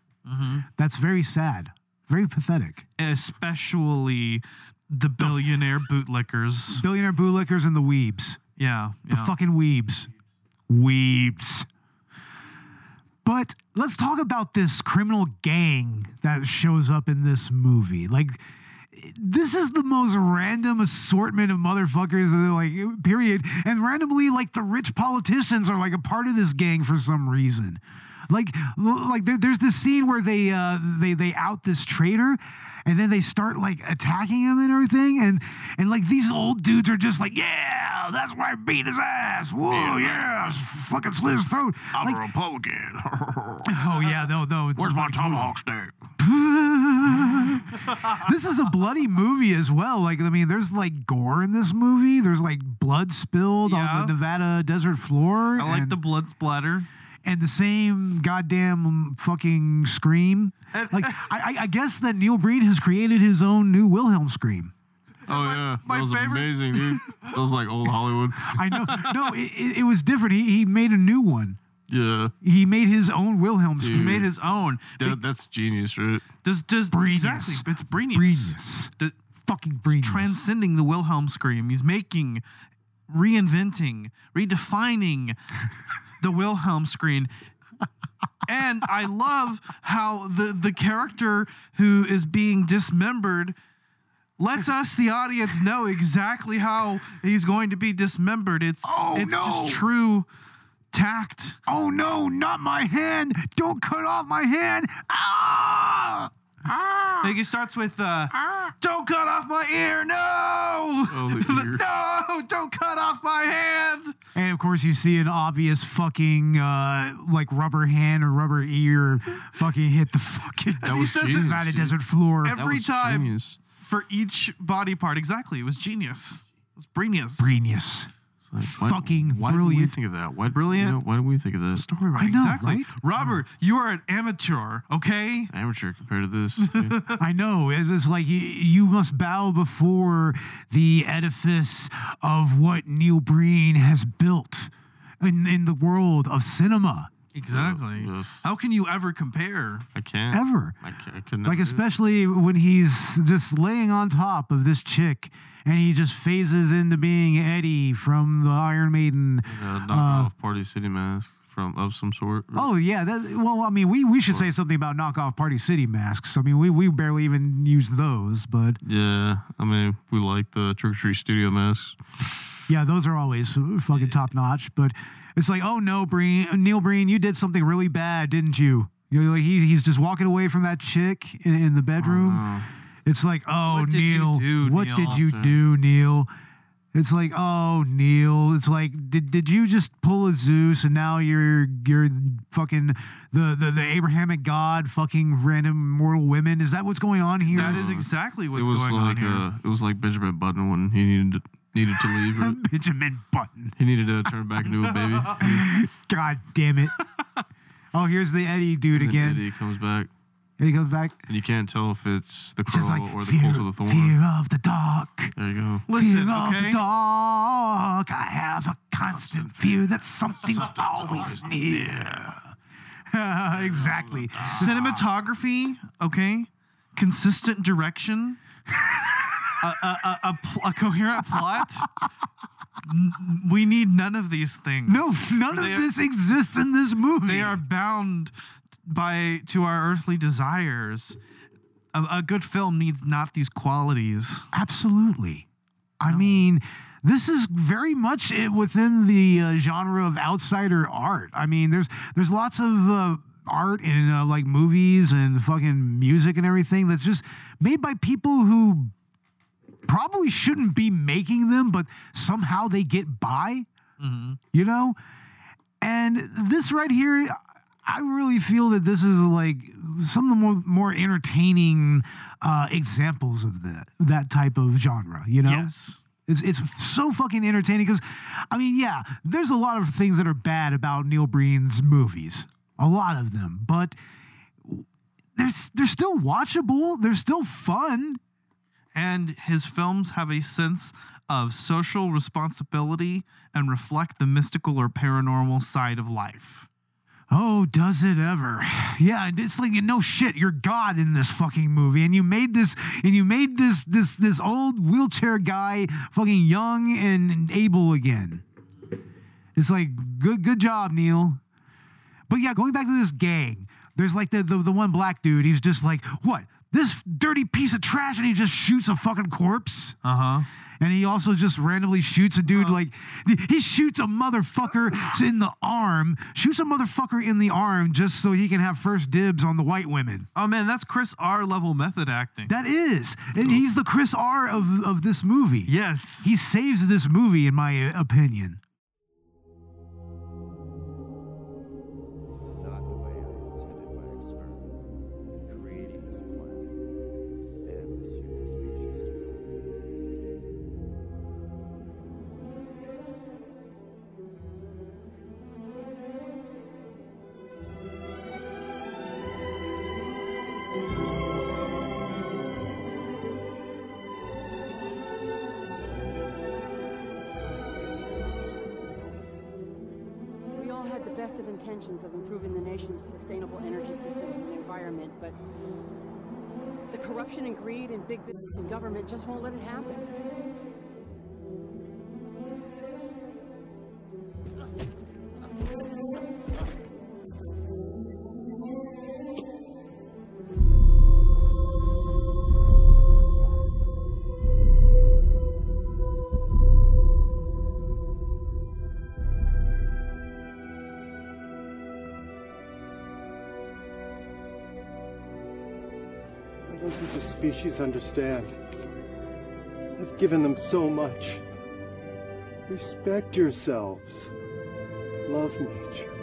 Speaker 5: That's very sad, very pathetic.
Speaker 3: Especially the billionaire bootlickers.
Speaker 5: Billionaire bootlickers and the weebs,
Speaker 3: Yeah.
Speaker 5: the
Speaker 3: yeah.
Speaker 5: fucking weebs, weebs. But let's talk about this criminal gang that shows up in this movie. Like, this is the most random assortment of motherfuckers, uh, like, period. And randomly, like, the rich politicians are like a part of this gang for some reason. Like like there, there's this scene where they uh, they they out this traitor, and then they start like attacking him and everything, and and like these old dudes are just like, yeah, that's why I beat his ass. Whoa, yeah, fucking slit his throat. Like,
Speaker 4: Republican.
Speaker 5: oh yeah, no no.
Speaker 4: steak?
Speaker 5: this is a bloody movie as well. Like, I mean, there's like gore in this movie. There's like blood spilled on
Speaker 3: Yeah.
Speaker 5: the Nevada desert floor.
Speaker 3: I like
Speaker 5: and,
Speaker 3: the blood splatter.
Speaker 5: and the same goddamn fucking scream.
Speaker 3: And-
Speaker 5: Like, I, I- I guess that Neil Breen has created his own new Wilhelm scream.
Speaker 4: Oh yeah,
Speaker 3: my
Speaker 4: that was
Speaker 3: favorite-
Speaker 4: amazing, dude. That was like old Hollywood.
Speaker 5: I know, no, it, it, it was different. He, he made a new one.
Speaker 4: Yeah,
Speaker 5: He made his own Wilhelm
Speaker 3: He
Speaker 5: scream.
Speaker 3: made his own.
Speaker 4: that, that's genius, right?
Speaker 3: Does does
Speaker 5: Brenius.
Speaker 3: exactly? It's Brenius.
Speaker 5: Brenius.
Speaker 3: The-
Speaker 5: fucking Brenius.
Speaker 3: transcending the Wilhelm scream. He's making, reinventing, redefining the Wilhelm scream. And I love how the, the character who is being dismembered lets us, the audience, know exactly how he's going to be dismembered. It's,
Speaker 5: Oh,
Speaker 3: it's
Speaker 5: no.
Speaker 3: just true tact.
Speaker 5: oh no, not my hand! Don't cut off my hand! Ah! Ah!
Speaker 3: Like it starts with, uh, don't cut off my ear, no!
Speaker 4: Oh, the ear.
Speaker 3: no, Oh, don't cut off my hand!
Speaker 5: And of course, you see an obvious fucking uh, like rubber hand or rubber ear fucking hit the fucking
Speaker 4: That was
Speaker 3: says it
Speaker 4: genius,
Speaker 5: Nevada
Speaker 4: dude.
Speaker 5: desert floor.
Speaker 4: That
Speaker 3: every
Speaker 4: was
Speaker 3: time
Speaker 4: genius.
Speaker 3: for each body part. Exactly. It was genius. It was brilliant.
Speaker 5: Genius.
Speaker 4: It's like,
Speaker 5: Fucking
Speaker 4: why Did we
Speaker 5: brilliant.
Speaker 4: think of that? Why,
Speaker 3: Brilliant.
Speaker 4: you know, why did we think of this?
Speaker 3: Story writing.
Speaker 5: I know,
Speaker 3: exactly.
Speaker 5: right? Mm.
Speaker 3: Robert, you are an amateur, okay?
Speaker 4: Amateur compared to this. dude.
Speaker 5: I know. It's, it's like you, you must bow before the edifice of what Neil Breen has built in, in the world of cinema
Speaker 3: Exactly.
Speaker 4: Ugh.
Speaker 3: How can you ever compare?
Speaker 4: I can't.
Speaker 5: ever.
Speaker 4: I, can't, I could not.
Speaker 5: Like, especially when he's just laying on top of this chick and he just phases into being Eddie from the Iron Maiden.
Speaker 4: uh, knock
Speaker 5: uh,
Speaker 4: off Party City mask from of some sort.
Speaker 5: Oh yeah, that, well, I mean, we, we should say something about knockoff Party City masks. I mean, we, we barely even use those, but
Speaker 4: Yeah, I mean, we like the Trick or Treat Studio masks.
Speaker 5: yeah, those are always fucking top notch. But it's like, oh no, Breen, Neil Breen, you did something really bad, didn't you? You know, like he, he's just walking away from that chick in, in the bedroom.
Speaker 4: Oh,
Speaker 5: It's like, oh
Speaker 3: What did you
Speaker 5: Neil,
Speaker 3: do,
Speaker 5: what
Speaker 3: Neil?
Speaker 5: did you do, Neil? It's like, oh Neil, it's like, did, did you just pull a Zeus and now you're you're fucking the, the the Abrahamic God fucking random mortal women? Is that what's going on here?
Speaker 3: That is exactly
Speaker 4: no.
Speaker 3: what's
Speaker 4: It was
Speaker 3: going
Speaker 4: like
Speaker 3: on here.
Speaker 4: uh, it was like Benjamin Button when he needed to, needed to leave. Or
Speaker 5: Benjamin Button.
Speaker 4: he needed to turn back into a baby.
Speaker 5: God damn it. oh, here's the Eddie dude
Speaker 4: And
Speaker 5: again.
Speaker 4: then
Speaker 5: Eddie.
Speaker 4: Eddie comes back,
Speaker 5: comes back.
Speaker 4: and you can't tell if it's the
Speaker 5: It's
Speaker 4: crow
Speaker 5: just like
Speaker 4: or the
Speaker 5: fear,
Speaker 4: colt or the thorn.
Speaker 5: fear of the dark.
Speaker 4: There you go.
Speaker 3: Listen,
Speaker 5: fear of
Speaker 3: okay?
Speaker 5: the dark. I have a constant fear that something's always near. exactly.
Speaker 3: Cinematography, okay? Consistent direction. a, a, a, a, pl- a coherent plot. N- we need none of these things.
Speaker 5: No, none of
Speaker 3: They are-
Speaker 5: this e-, exists in this movie.
Speaker 3: They are bound by to our earthly desires. A, a good film needs not these qualities.
Speaker 5: Absolutely. I mean, this is very much it within the uh, genre of outsider art. I mean, there's there's lots of uh, art in uh, like movies and fucking music and everything that's just made by people who probably shouldn't be making them, but somehow they get by.
Speaker 3: Mm-hmm.
Speaker 5: You know, and this right here, I really feel that this is like some of the more, more entertaining uh, examples of that that type of genre. You know,
Speaker 3: Yes.
Speaker 5: it's it's so fucking entertaining because, I mean, yeah, there's a lot of things that are bad about Neil Breen's movies, a lot of them, but they're s- they're still watchable. They're still fun.
Speaker 3: And his films have a sense of social responsibility and reflect the mystical or paranormal side of life.
Speaker 5: Oh, does it ever? Yeah, and it's like no shit. You're God in this fucking movie, and you made this, and you made this this this old wheelchair guy fucking young and, and able again. It's like good good job, Neil. But yeah, going back to this gang, there's like the the, the one black dude. He's just like, what? this dirty piece of trash, and he just shoots a fucking corpse.
Speaker 3: Uh huh.
Speaker 5: And he also just randomly shoots a dude like he shoots a motherfucker in the arm, shoots a motherfucker in the arm just so he can have first dibs on the white women.
Speaker 3: Oh man, that's Chris R level method acting. Oh.
Speaker 5: That is, and he's the Chris R of of this movie.
Speaker 3: yes.
Speaker 5: He saves this movie, in my opinion.
Speaker 6: This is not the way I intended my experiment in creating this planet and this human species together.
Speaker 7: We all had the best of intentions of improving the nation's sustainable energy systems and environment, but the corruption and greed in big business and government just won't let it happen.
Speaker 8: Why doesn't the species understand? I've given them so much. Respect yourselves. Love nature.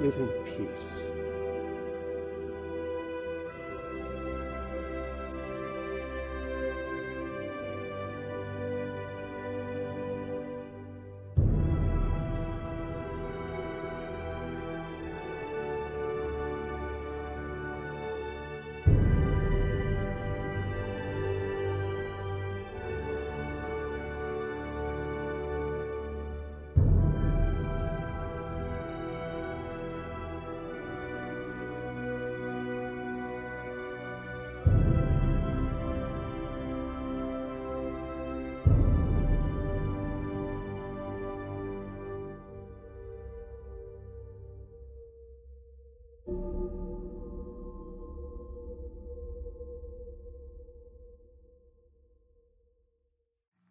Speaker 8: Live in peace.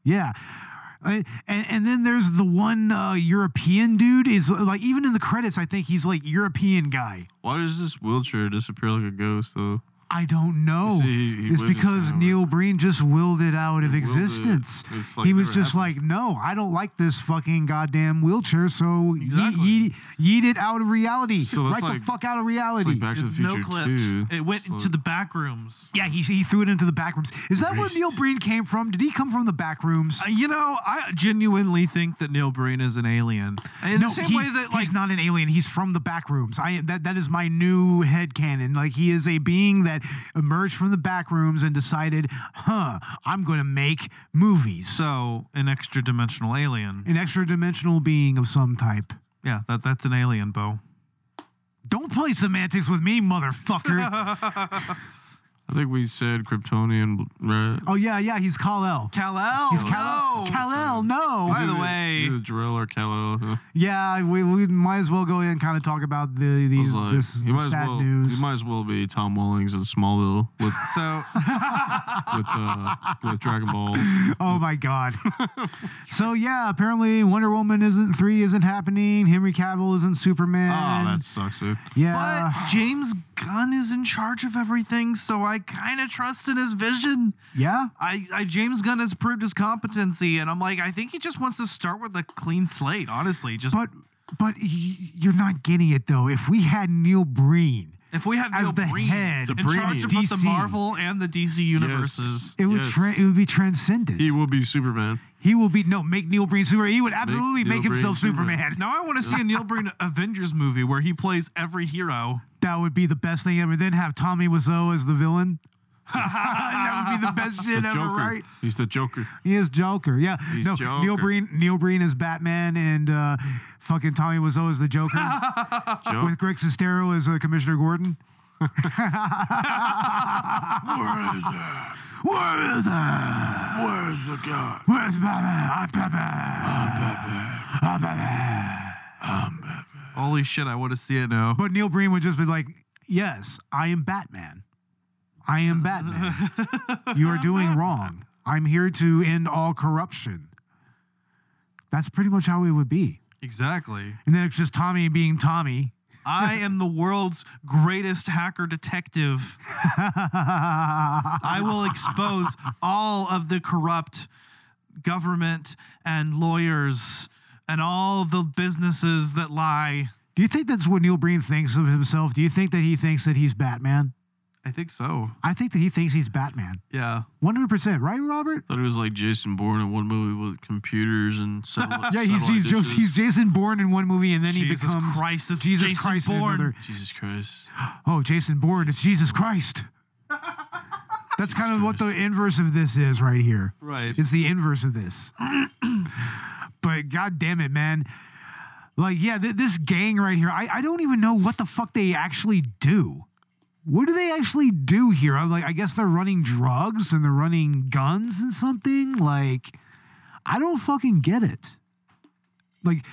Speaker 5: Yeah. I- And, and then there's the one uh, European dude is like even in the credits I think he's like European guy.
Speaker 4: Why does this wheelchair disappear like a ghost though?
Speaker 5: I don't know.
Speaker 4: see, he
Speaker 5: it's
Speaker 4: wouldn't
Speaker 5: because
Speaker 4: have it.
Speaker 5: Neil Breen just willed it out of
Speaker 4: He willed it.
Speaker 5: existence.
Speaker 4: It's like
Speaker 5: he was
Speaker 4: never
Speaker 5: just
Speaker 4: happened.
Speaker 5: like, no, I don't like this fucking goddamn wheelchair, so
Speaker 3: Exactly.
Speaker 5: ye- ye- yeet it out of reality.
Speaker 4: So that's
Speaker 5: right the
Speaker 4: like-
Speaker 5: fuck out of
Speaker 4: It's
Speaker 5: reality.
Speaker 4: like Back to the
Speaker 3: no
Speaker 4: Future
Speaker 3: clips.
Speaker 4: too.
Speaker 3: It went
Speaker 4: It's like-
Speaker 3: into the back rooms.
Speaker 5: yeah, he, he threw it into the back rooms. Is that where Neil
Speaker 4: Christ.
Speaker 5: Breen came from? Did he come from the back rooms?
Speaker 3: Uh, You know, I genuinely think that Neil Breen is an alien. In
Speaker 5: no,
Speaker 3: the same
Speaker 5: he-
Speaker 3: way that like
Speaker 5: he's not an alien. He's from the back rooms. I that that is my new headcanon. Like he is a being that emerged from the back rooms and decided, huh, I'm going to make movies.
Speaker 3: so an extra dimensional alien.
Speaker 5: An extra dimensional being of some type.
Speaker 3: Yeah, that that's an alien, Bo.
Speaker 5: Don't play semantics with me, motherfucker.
Speaker 4: I think we said Kryptonian, right?
Speaker 5: oh yeah, yeah, he's Kal El.
Speaker 3: Kal-El.
Speaker 5: He's Kal El. Kal El. No.
Speaker 3: Oh, By the
Speaker 4: Either-
Speaker 3: way-
Speaker 4: either Jarell or Kal-El. huh?
Speaker 5: Yeah, we, we might as well go in and kind of talk about the
Speaker 4: I
Speaker 5: these
Speaker 4: was like,
Speaker 5: this
Speaker 4: you might as
Speaker 5: sad
Speaker 4: well,
Speaker 5: news.
Speaker 4: you might as well be Tom Wallings in Smallville with
Speaker 3: So
Speaker 4: with uh, with Dragon Ball.
Speaker 5: Oh my god. so yeah, apparently Wonder Woman isn't three isn't happening. Henry Cavill isn't Superman.
Speaker 4: Oh, that sucks, dude.
Speaker 5: yeah.
Speaker 3: But James Gunn is in charge of everything, so I kind of trust in his vision.
Speaker 5: yeah.
Speaker 3: I, I James Gunn has proved his competency, and I'm like, I think he just wants to start with a clean slate. Honestly, just
Speaker 5: But but y- you're not getting it though. If we had Neil Breen,
Speaker 3: if we had
Speaker 5: as
Speaker 3: Neil
Speaker 5: the
Speaker 3: Breen
Speaker 5: head
Speaker 3: in
Speaker 4: The Breen.
Speaker 3: charge of both the
Speaker 5: DC.
Speaker 3: Marvel and the DC universes,
Speaker 5: it would
Speaker 4: Yes.
Speaker 5: tra- it would be transcendent.
Speaker 4: He will be Superman.
Speaker 5: He will be no make Neil Breen Superman. He would absolutely
Speaker 4: Neil
Speaker 5: make, himself
Speaker 4: Breen
Speaker 5: Superman.
Speaker 4: Superman.
Speaker 3: now I want to see a Neil Breen Avengers movie where he plays every hero.
Speaker 5: That would be the best thing ever. Then have Tommy Wiseau as the villain. that would be the best shit
Speaker 4: the
Speaker 5: ever,
Speaker 4: Joker.
Speaker 5: right?
Speaker 4: He's the Joker.
Speaker 5: He is Joker. Yeah.
Speaker 4: He's
Speaker 5: no, Neil
Speaker 4: Joker.
Speaker 5: Breen. Neil Breen is Batman, and uh, fucking Tommy Wiseau is the Joker
Speaker 3: Oh,
Speaker 4: Joker.
Speaker 5: with Greg Sestero as uh, Commissioner Gordon.
Speaker 4: Where is it?
Speaker 5: Where is it?
Speaker 4: Where's the guy?
Speaker 5: Where's Ah, Batman? I'm Batman. I'm Batman.
Speaker 3: Holy shit, I want to see it now.
Speaker 5: But Neil Breen would just be like, "Yes, I am Batman." I am Batman. you are doing wrong. I'm here to end all corruption. That's pretty much how it would be.
Speaker 3: Exactly.
Speaker 5: And then it's just Tommy being Tommy.
Speaker 3: I am the world's greatest hacker detective. I will expose all of the corrupt government and lawyers and all the businesses that lie.
Speaker 5: Do you think that's what Neil Breen thinks of himself? Do you think that he thinks that he's Batman?
Speaker 3: I think so.
Speaker 5: I think that he thinks he's Batman.
Speaker 3: Yeah.
Speaker 5: 100%, right, Robert?
Speaker 4: Thought it was like Jason Bourne in one movie with computers and satellite.
Speaker 5: Yeah, he's, he's,
Speaker 4: satellite
Speaker 5: just,
Speaker 4: dishes.
Speaker 5: he's Jason Bourne in one movie, and then he
Speaker 3: Jesus
Speaker 5: becomes
Speaker 3: Christ, it's
Speaker 5: Jesus
Speaker 3: Jason
Speaker 5: Christ in
Speaker 3: Bourne.
Speaker 5: another.
Speaker 4: Jesus Christ.
Speaker 5: Oh, Jason Bourne, it's Jesus Christ. That's kind of what the inverse of this is right here.
Speaker 3: Right.
Speaker 5: It's the inverse of this. but god damn it, man. Like, yeah, th- this gang right here, I-, I don't even know what the fuck they actually do. What do they actually do here? I'm like, I guess they're running drugs and they're running guns and something. Like, I don't fucking get it. Like,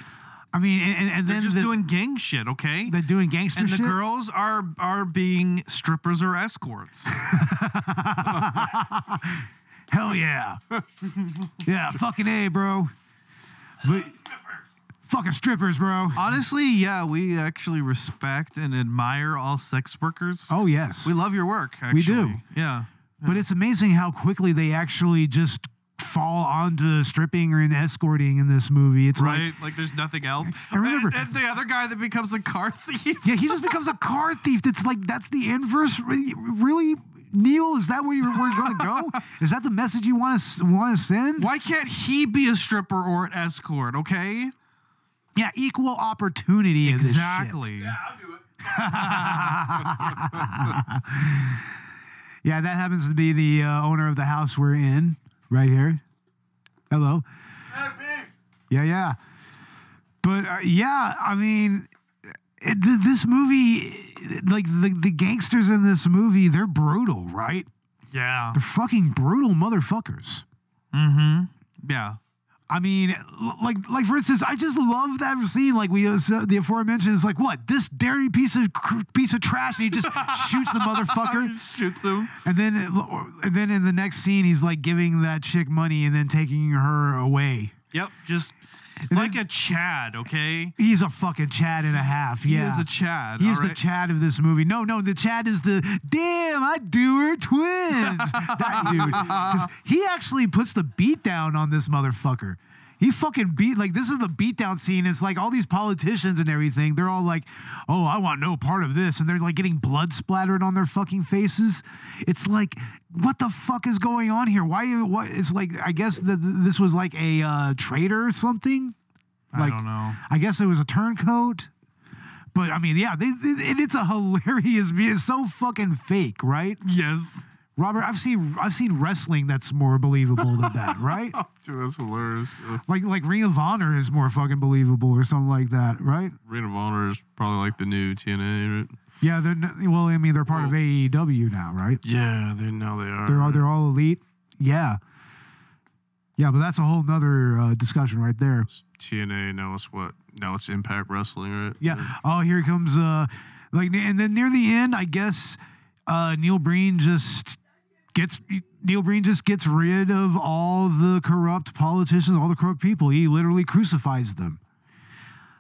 Speaker 5: I mean, and, and- and
Speaker 3: They're
Speaker 5: then
Speaker 3: just
Speaker 5: the-
Speaker 3: doing gang shit, okay?
Speaker 5: they're doing gangster
Speaker 3: and the
Speaker 5: shit.
Speaker 3: girls are are being strippers or escorts.
Speaker 5: Hell yeah. yeah, fucking A, bro. But fucking strippers, bro.
Speaker 3: Honestly, yeah, we actually respect and admire all sex workers.
Speaker 5: Oh, yes.
Speaker 3: We love your work. Actually.
Speaker 5: We do.
Speaker 3: Yeah.
Speaker 5: But it's amazing how quickly they actually just fall onto stripping or in escorting in this movie. It's
Speaker 3: Right?
Speaker 5: like,
Speaker 3: Like, there's nothing else.
Speaker 5: And remember-
Speaker 3: and, and the other guy that becomes a car thief.
Speaker 5: yeah, he just becomes a car thief. That's like, that's the inverse. Re- Really? Neil, is that where you're, we're going to go? Is that the message you want to want to send?
Speaker 3: Why can't he be a stripper or an escort? Okay.
Speaker 5: Yeah, equal opportunity. of this shit.
Speaker 3: Exactly.
Speaker 5: Yeah, that happens to be the uh, owner of the house we're in right here. Hello. Yeah, yeah. But uh, yeah, I mean, it, th- this movie, like the, the gangsters in this movie, they're brutal, right?
Speaker 3: Yeah. Mm-hmm.
Speaker 5: They're fucking brutal motherfuckers.
Speaker 3: Yeah.
Speaker 5: I mean, l- like, like for instance, I just love that scene. Like we, uh, said- the aforementioned is like, what this dirty piece of cr- piece of trash, and he just shoots the motherfucker.
Speaker 3: Shoots him.
Speaker 5: And then, and then in the next scene, he's like giving that chick money and then taking her away.
Speaker 3: Yep. Just like a Chad. Okay.
Speaker 5: He's a fucking Chad and a half. Yeah,
Speaker 3: He is a Chad.
Speaker 5: He is
Speaker 3: all
Speaker 5: the
Speaker 3: right?
Speaker 5: Chad of this movie. No, no, the Chad is the damn. I do her twins. that dude, 'Cause he actually puts the beat down on this motherfucker. He fucking beat like this is the beatdown scene. It's like all these politicians and everything. They're all like, "Oh, I want no part of this," and they're like getting blood splattered on their fucking faces. It's like, what the fuck is going on here? Why? What? It's like I guess that this was like a uh, traitor or something.
Speaker 3: I
Speaker 5: Like,
Speaker 3: don't know.
Speaker 5: I guess it was a turncoat. But I mean, yeah, they, they- and it's a hilarious. vi- It's so fucking fake, right?
Speaker 3: Yes.
Speaker 5: Robert, I've seen I've seen wrestling that's more believable than that, right?
Speaker 4: Dude, that's hilarious. Uh,
Speaker 5: Like like Ring of Honor is more fucking believable or something like that, right?
Speaker 4: Ring of Honor is probably like the new TNA. Right?
Speaker 5: Yeah, they're n- well, I mean, they're part of
Speaker 4: Well-
Speaker 5: AEW now, right?
Speaker 4: Yeah, they now they are.
Speaker 5: They're
Speaker 3: Uh-huh.
Speaker 5: all they're all elite. Yeah, yeah, but that's a whole nother uh, discussion right there.
Speaker 4: TNA now it's what? Now it's Impact Wrestling, right?
Speaker 5: Yeah. Oh, here comes uh like and then near the end, I guess uh Neil Breen just gets Neil Breen just gets rid of all the corrupt politicians, all the corrupt people. He literally crucifies them.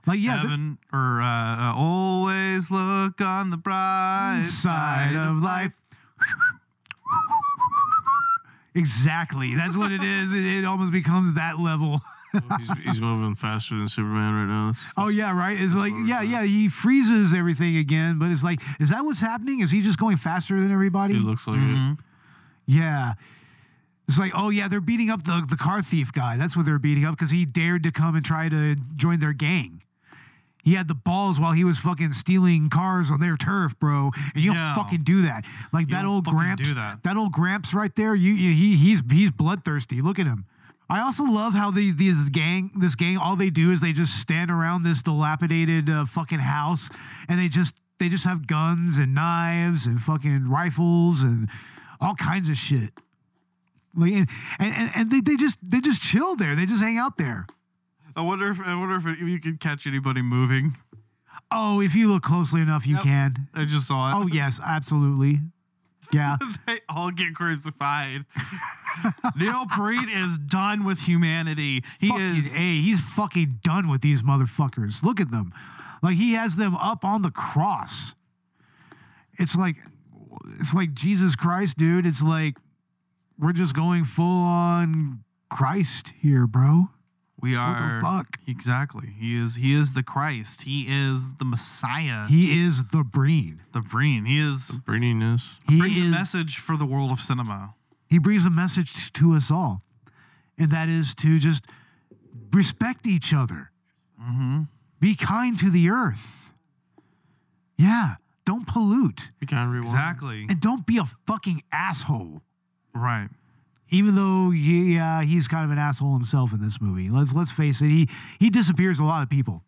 Speaker 5: Like yeah, th-
Speaker 3: Heaven or uh, uh, always look on the bright
Speaker 5: side of life. Exactly. That's what it is. It, it almost becomes that level.
Speaker 4: he's, he's moving faster than Superman right now. It's-
Speaker 5: Oh yeah, right. It's like
Speaker 4: what we're
Speaker 5: yeah,
Speaker 4: doing.
Speaker 5: yeah. He freezes everything again, but it's like, is that what's happening? Is he just going faster than everybody?
Speaker 4: He looks like
Speaker 3: Mm-hmm.
Speaker 4: it.
Speaker 5: Yeah. It's like, oh yeah, they're beating up the, the car thief guy. That's what they're beating up because he dared to come and try to join their gang. He had the balls while he was fucking stealing cars on their turf, bro. And you don't
Speaker 3: Yeah.
Speaker 5: fucking do that. Like that
Speaker 3: don't
Speaker 5: old
Speaker 3: fucking
Speaker 5: Gramps,
Speaker 3: do that.
Speaker 5: old Gramps right there. You, you he he's he's bloodthirsty. Look at him. I also love how these these gang this gang all they do is they just stand around this dilapidated uh, fucking house and they just they just have guns and knives and fucking rifles and all kinds of shit. Like and and, and they, they just they just chill there. They just hang out there.
Speaker 3: I wonder if I wonder if it, you could catch anybody moving.
Speaker 5: Oh, if you look closely enough, you
Speaker 3: Yep.
Speaker 5: can.
Speaker 3: I just saw it.
Speaker 5: Oh yes, absolutely. Yeah.
Speaker 3: they all get crucified. Neoprene is done with humanity. He
Speaker 5: fucking
Speaker 3: is.
Speaker 5: a he's fucking done with these motherfuckers look at them like he has them up on the cross it's like it's like jesus christ dude it's like we're just going full on christ here bro
Speaker 3: We
Speaker 5: what the
Speaker 3: are.
Speaker 5: fuck
Speaker 3: Exactly. He is. He is the Christ. He is the Messiah.
Speaker 5: he is the breen
Speaker 3: the Breen. He is.
Speaker 4: Breeniness.
Speaker 5: he
Speaker 3: brings a
Speaker 5: is
Speaker 3: message for the world of cinema.
Speaker 5: he brings a message to us all and that is to just respect each other
Speaker 3: Mm-hmm.
Speaker 5: be kind to the earth yeah don't pollute
Speaker 4: Be kind, rewind.
Speaker 3: Exactly.
Speaker 5: and don't be a fucking asshole
Speaker 3: Right.
Speaker 5: even though yeah he's kind of an asshole himself in this movie let's let's face it he he disappears a lot of people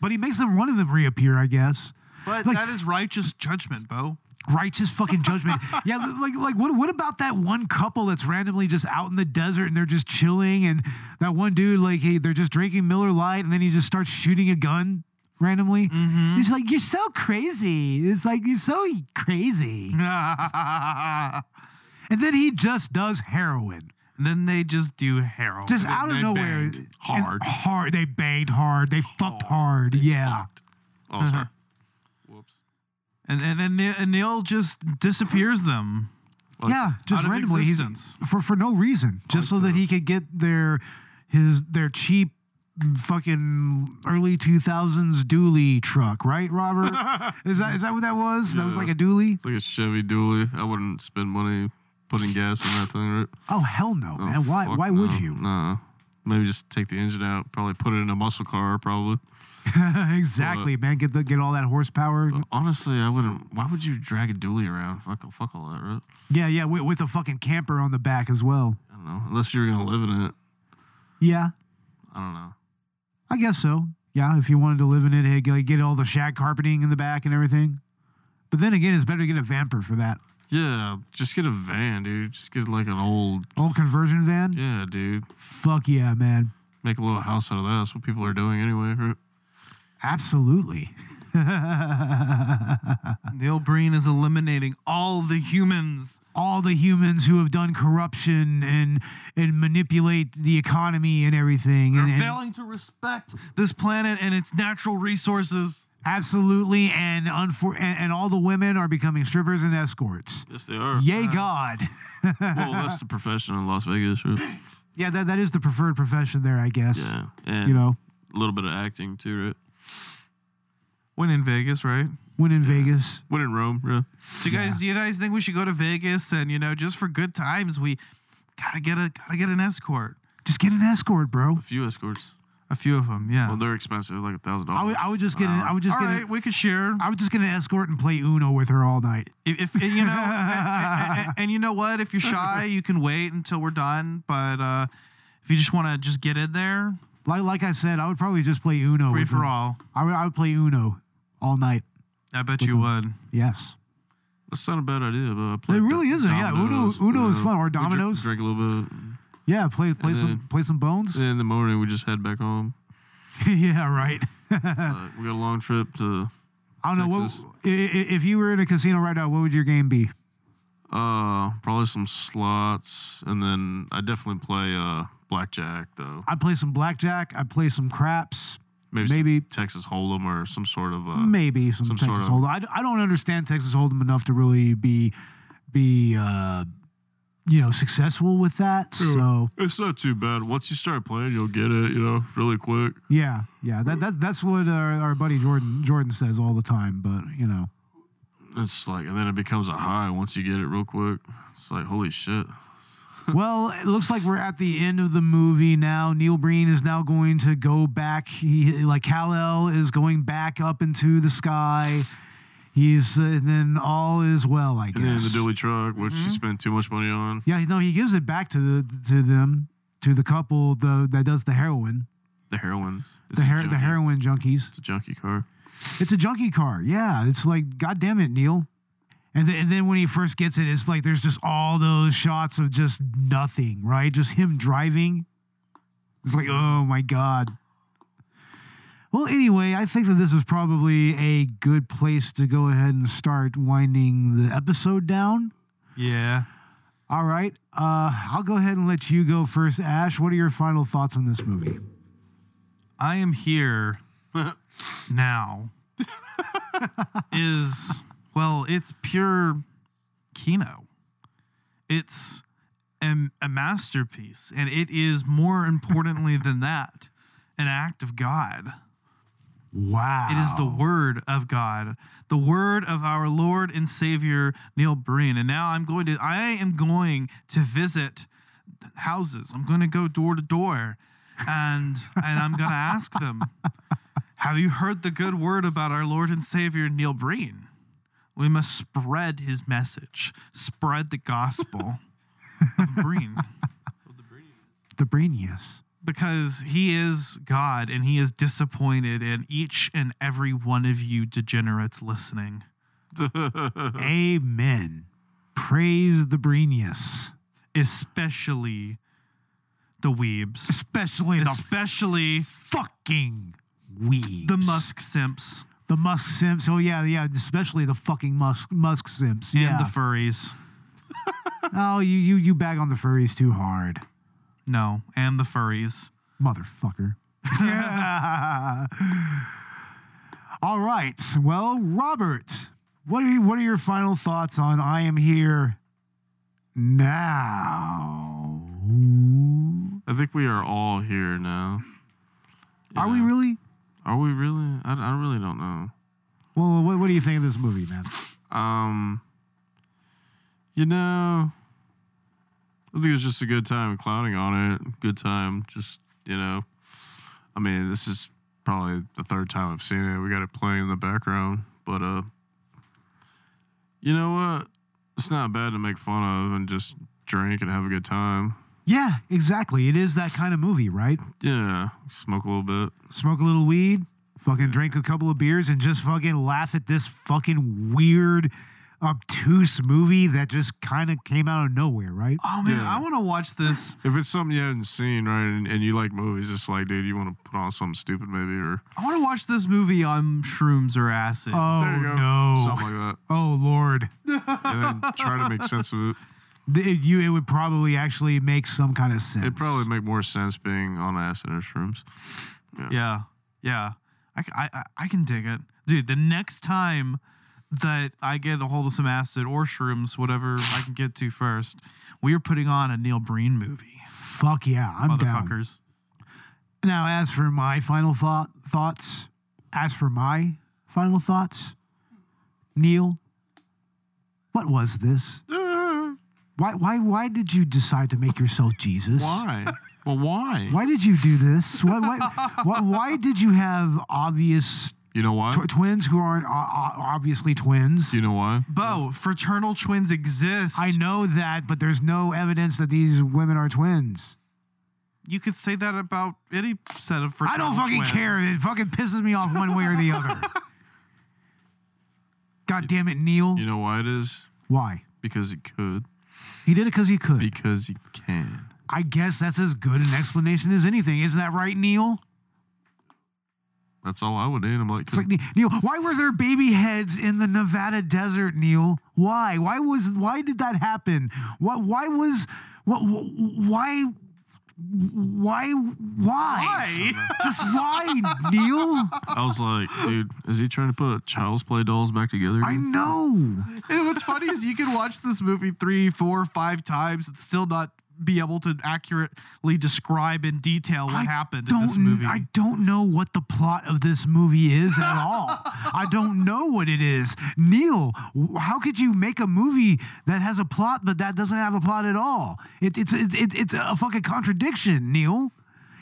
Speaker 5: but he makes them one of them reappear i guess
Speaker 3: But
Speaker 5: Like-
Speaker 3: that is righteous judgment, Bo.
Speaker 5: righteous fucking judgment yeah like like what what about that one couple that's randomly just out in the desert and they're just chilling and that one dude like he they're just drinking miller light and then he just starts shooting a gun randomly he's like you're so crazy it's like you're so crazy
Speaker 3: and
Speaker 5: and then he just does heroin
Speaker 3: then they just do heroin.
Speaker 5: just out of
Speaker 4: they
Speaker 5: nowhere
Speaker 4: banged
Speaker 5: and-
Speaker 4: hard.
Speaker 5: hard they banged hard they fucked hard yeah
Speaker 4: Oh, sorry. Whoops.
Speaker 3: and and and, Ne- and Neil just disappears them.
Speaker 5: yeah just
Speaker 3: out of
Speaker 5: randomly he's,
Speaker 3: existence.
Speaker 5: for for no reason just so that he could get their his their cheap fucking early 2000s dually truck right robert is that is that what that was that was
Speaker 4: Yeah.
Speaker 5: like a dually
Speaker 4: Look at Chevy Dually. I wouldn't spend money putting gas in that thing, right?
Speaker 5: oh hell no
Speaker 4: Oh,
Speaker 5: man why
Speaker 4: fuck
Speaker 5: why would
Speaker 4: no.
Speaker 5: you
Speaker 4: Nah. Maybe just take the engine out. Probably put it in a muscle car, probably.
Speaker 5: exactly
Speaker 4: uh,
Speaker 5: man get the get all that horsepower
Speaker 4: But honestly, I wouldn't. Why would you drag a dually around? Fuck, fuck all that, right?
Speaker 5: yeah yeah with, with a fucking camper on the back as well
Speaker 4: I don't know. Unless you were gonna live in it.
Speaker 5: yeah
Speaker 4: I don't know.
Speaker 5: I guess so. Yeah, if you wanted to live in it, hey, get- get all the shag carpeting in the back and everything. But then again, it's better to get a vamper for that
Speaker 4: Yeah, just get a van, dude. Just get like an old.
Speaker 5: old conversion van.
Speaker 4: Yeah, dude.
Speaker 5: Fuck yeah, man!
Speaker 4: Make a little house out of that. That's what people are doing anyway, right?
Speaker 5: Absolutely.
Speaker 3: Neil Breen is eliminating all the humans.
Speaker 5: all the humans who have done corruption and and manipulate the economy and everything.
Speaker 3: They're
Speaker 5: and- and-
Speaker 3: failing to respect this planet and its natural resources.
Speaker 5: absolutely, and, unfor- and and all the women are becoming strippers and escorts.
Speaker 4: Yes, they are.
Speaker 5: Yay,
Speaker 3: Uh-huh.
Speaker 5: God!
Speaker 4: Well, that's the profession in Las Vegas, right?
Speaker 5: yeah, that, that is the preferred profession there, I guess.
Speaker 4: Yeah, and
Speaker 5: You know,
Speaker 4: a little bit of acting too, right?
Speaker 3: When in Vegas, right?
Speaker 5: when in Vegas.
Speaker 4: When in Rome, right?
Speaker 3: Do you guys, do you guys think we should go to Vegas and you know, just for good times, we gotta get a gotta get an escort.
Speaker 5: Just get an escort, bro.
Speaker 4: A few escorts.
Speaker 3: A few of them, yeah.
Speaker 4: Well, they're expensive, like a thousand
Speaker 5: I would,
Speaker 4: dollars.
Speaker 5: I would just get an, I would just
Speaker 3: all
Speaker 5: get
Speaker 3: right,
Speaker 5: an,
Speaker 3: we could share.
Speaker 5: I would just get an escort and play Uno with her all night.
Speaker 3: If, if you know, and, and- and you know what, if you're shy, you can wait until we're done. But uh, if you just want to just get in there,
Speaker 5: Like like I said, I would probably just play Uno.
Speaker 3: free
Speaker 5: with
Speaker 3: for
Speaker 5: her.
Speaker 3: all,
Speaker 5: I would I would play Uno all night.
Speaker 3: I bet
Speaker 5: With them.
Speaker 3: you would.
Speaker 5: Yes.
Speaker 4: That's not a bad idea, but I played
Speaker 5: really
Speaker 4: do-
Speaker 5: isn't, yeah. Uno-
Speaker 4: dominoes,
Speaker 5: Uno is
Speaker 4: uh,
Speaker 5: fun, or
Speaker 4: we dr-
Speaker 5: dominoes.
Speaker 4: Drank a little bit.
Speaker 5: Yeah. Play play
Speaker 4: And
Speaker 5: some
Speaker 4: then-
Speaker 5: play some bones.
Speaker 4: And in the morning, we just head back home.
Speaker 5: yeah. Right.
Speaker 4: It's like, we got a long trip to.
Speaker 5: I don't know what,
Speaker 4: Texas.
Speaker 5: i- i- if you were in a casino right now, what would your game be?
Speaker 4: Uh, probably some slots, and then I definitely play uh blackjack though.
Speaker 5: I'd play some blackjack. I'd play some craps.
Speaker 4: Maybe, some
Speaker 5: Maybe-
Speaker 4: Texas Hold'em or some sort of uh.
Speaker 5: maybe some,
Speaker 4: some sort
Speaker 5: Texas
Speaker 4: of-
Speaker 5: Hold'em. I, d- I don't understand Texas Hold'em enough to really be be uh, you know successful with that.
Speaker 4: Yeah.
Speaker 5: So.
Speaker 4: It's not too bad. Once you start playing, you'll get it. You know, really quick.
Speaker 5: Yeah, yeah. That, that that's what our, our buddy Jordan Jordan says all the time. But you know,
Speaker 4: It's like, and then it becomes a high once you get it real quick. It's like, holy shit.
Speaker 5: well, it looks like we're at the end of the movie now. Neil Breen is now going to go back. He like Kal El is going back up into the sky. He's uh, and then all is well, I
Speaker 4: And then
Speaker 5: guess.
Speaker 4: the dually truck, which
Speaker 5: Mm-hmm.
Speaker 4: you spent too much money on.
Speaker 5: yeah, no, he gives it back to the to them to the couple the, that does the heroin,
Speaker 4: The heroin. It's
Speaker 5: the
Speaker 4: a
Speaker 5: her, the
Speaker 4: junkie-
Speaker 5: heroin junkies.
Speaker 4: It's a junkie car.
Speaker 5: It's a junkie car. Yeah. It's like, God damn it, Neil. And, th- and then when he first gets it, it's like there's just all those shots of just nothing, right? Just him driving. It's like, oh my God. Well, anyway, I think that this is probably a good place to go ahead and start winding the episode down.
Speaker 3: Yeah.
Speaker 5: All right. Uh, I'll go ahead and let you go first, Ash. What are your final thoughts on this movie?
Speaker 3: I am here now is well, it's pure kino. It's a, a masterpiece, and it is more importantly than that, an act of God.
Speaker 5: Wow.
Speaker 3: It is the word of God, the word of our Lord and Savior Neil Breen. And now I'm going to I am going to visit houses. I'm going to go door to door and and I'm going to ask them, "Have you heard the good word about our Lord and Savior Neil Breen?" We must spread his message, spread the gospel of Breen
Speaker 5: The Brenius.
Speaker 3: because he is God and he is disappointed in each and every one of you degenerates listening.
Speaker 5: Amen. Praise the Brenius.
Speaker 3: Especially the weebs.
Speaker 5: Especially the
Speaker 3: Especially
Speaker 5: fucking weeds.
Speaker 3: the Musk simps
Speaker 5: The Musk simps. Oh, yeah, yeah. Especially the fucking Musk, Musk simps.
Speaker 3: and
Speaker 5: Yeah.
Speaker 3: the furries.
Speaker 5: oh, you, you, you bag on the furries too hard.
Speaker 3: No, and the furries.
Speaker 5: Motherfucker. All right. Well, Robert, what are you, what are your final thoughts on I am here now?
Speaker 4: I think we are all here now. You
Speaker 5: Are we
Speaker 4: know?
Speaker 5: really?
Speaker 4: Are we really? I, I really don't know.
Speaker 5: Well, what, what do you think of this movie, man?
Speaker 4: Um, you know, I think it was just a good time clowning on it. Good time, just you know. I mean, this is probably the third time I've seen it. We got it playing in the background, but uh, you know what? It's not bad to make fun of and just drink and have a good time.
Speaker 5: Yeah, exactly. It is that kind of movie, right?
Speaker 4: Yeah, smoke a little bit.
Speaker 5: Smoke a little weed, fucking drink a couple of beers, and just fucking laugh at this fucking weird, obtuse movie that just kind of came out of nowhere, right?
Speaker 3: Oh man,
Speaker 4: Yeah.
Speaker 3: I want to watch this.
Speaker 4: If it's something you haven't seen, right, and, and you like movies, it's like, dude, you want to put on something stupid, maybe, or
Speaker 3: I want to watch this movie on shrooms or acid.
Speaker 5: Oh
Speaker 4: There you go.
Speaker 5: no!
Speaker 4: something like
Speaker 5: Oh lord!
Speaker 4: that, and then try to make sense of it.
Speaker 5: Th- It, you, it would probably actually make some kind of sense.
Speaker 4: It'd probably make more sense being on acid or shrooms.
Speaker 3: Yeah, yeah. I, c- I- I- I can dig it, dude. The next time that I get a hold of some acid or shrooms, whatever I can get to first, we are putting on a Neil Breen movie,
Speaker 5: Fuck yeah, I'm down.
Speaker 3: motherfuckers.
Speaker 5: Now, as for my final thought thoughts, as for my final thoughts, Neil, what was this? Why, why, why did you decide to make yourself Jesus?
Speaker 4: Why? well, why?
Speaker 5: Why did you do this? Why, why, why, why did you have obvious
Speaker 4: You know why?
Speaker 5: tw- twins who aren't o- o- obviously twins?
Speaker 4: Do you know why?
Speaker 3: Bo, fraternal twins exist.
Speaker 5: I know that, but there's no evidence that these women are twins.
Speaker 3: you could say that about any set
Speaker 5: I
Speaker 3: of fraternal.
Speaker 5: don't fucking
Speaker 3: twins.
Speaker 5: care. It fucking pisses me off one way or the other. God damn it, Neil.
Speaker 4: You know why it is?
Speaker 5: Why?
Speaker 4: Because he could.
Speaker 5: He did it because he could.
Speaker 4: Because he can.
Speaker 5: I guess that's as good an explanation as anything. Isn't that right, Neil?
Speaker 4: That's all I would need. I'm like,
Speaker 5: It's like Ne- Neil, why were there baby heads in the Nevada desert, Neil? Why? Why was why did that happen? What why was what wh- why why why? Just why, Neil?
Speaker 4: I was like, dude, is he trying to put Child's Play dolls back together?
Speaker 5: I
Speaker 4: again?
Speaker 5: know.
Speaker 3: And what's funny is you can watch this movie three, four, five times and still not be able to accurately describe in detail what
Speaker 5: I
Speaker 3: happened in
Speaker 5: Don't
Speaker 3: this movie.
Speaker 5: I don't know what the plot of this movie is at all. I don't know what it is. Neil, w- how could you make a movie that has a plot but that doesn't have a plot at all? It, it's it's it's it's a fucking contradiction, Neil.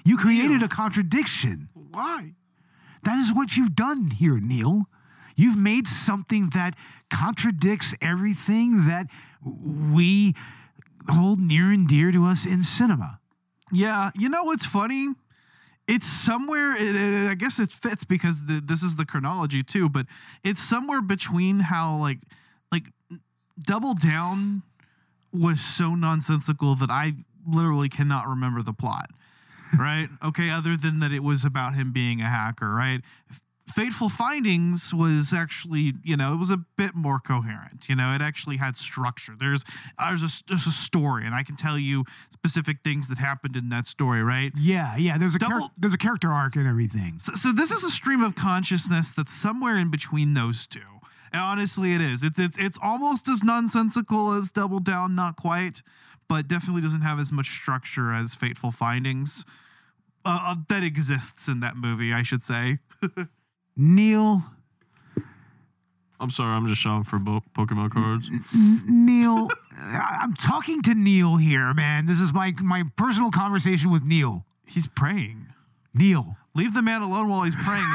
Speaker 5: You created a contradiction.
Speaker 4: Why?
Speaker 5: That is what you've done here, Neil. You've made something that contradicts everything that we hold near and dear to us in cinema.
Speaker 3: yeah, you know what's funny? It's somewhere. It, it- I guess it fits because the, this is the chronology too. But it's somewhere between how like like Double Down was so nonsensical that I literally cannot remember the plot.
Speaker 5: right? Okay, other than that, it was about him being a hacker, right? Fateful Findings was actually, you know, it was a bit more coherent. You know, it actually had structure. There's there's a, there's a story, and I can tell you specific things that happened in that story, right?
Speaker 3: Yeah, yeah. There's a char-
Speaker 5: Double-
Speaker 3: there's a character arc and everything.
Speaker 5: So, so this is a stream of consciousness that's somewhere in between those two. And honestly, it is. It's it's it's almost as nonsensical as Double Down, not quite, but definitely doesn't have as much structure as Fateful Findings. Uh, uh, that exists in that movie, I should say.
Speaker 3: Neil,
Speaker 4: I'm sorry, I'm just shopping for bo- Pokemon cards.
Speaker 3: N- Neil, I- I'm talking to Neil here, man. This is my my personal conversation with Neil.
Speaker 5: He's praying.
Speaker 3: Neil,
Speaker 5: Leave the man alone while he's praying.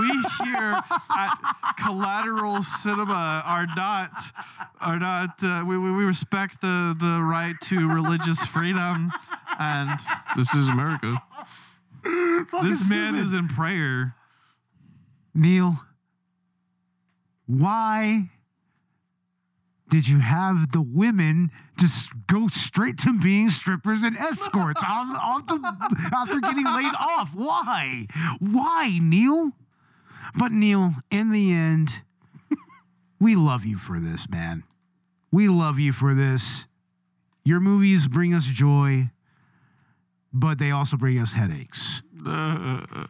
Speaker 5: we here at Collateral Cinema are not are not. Uh, we, we we respect the the right to religious freedom, and
Speaker 4: this is America.
Speaker 5: this man is in prayer.
Speaker 3: Neil, why did you have the women just go straight to being strippers and escorts off- off the- after getting laid off? Why? Why, Neil? But, Neil, in the end, we love you for this, man. We love you for this. Your movies bring us joy, but they also bring us headaches.
Speaker 4: Uh,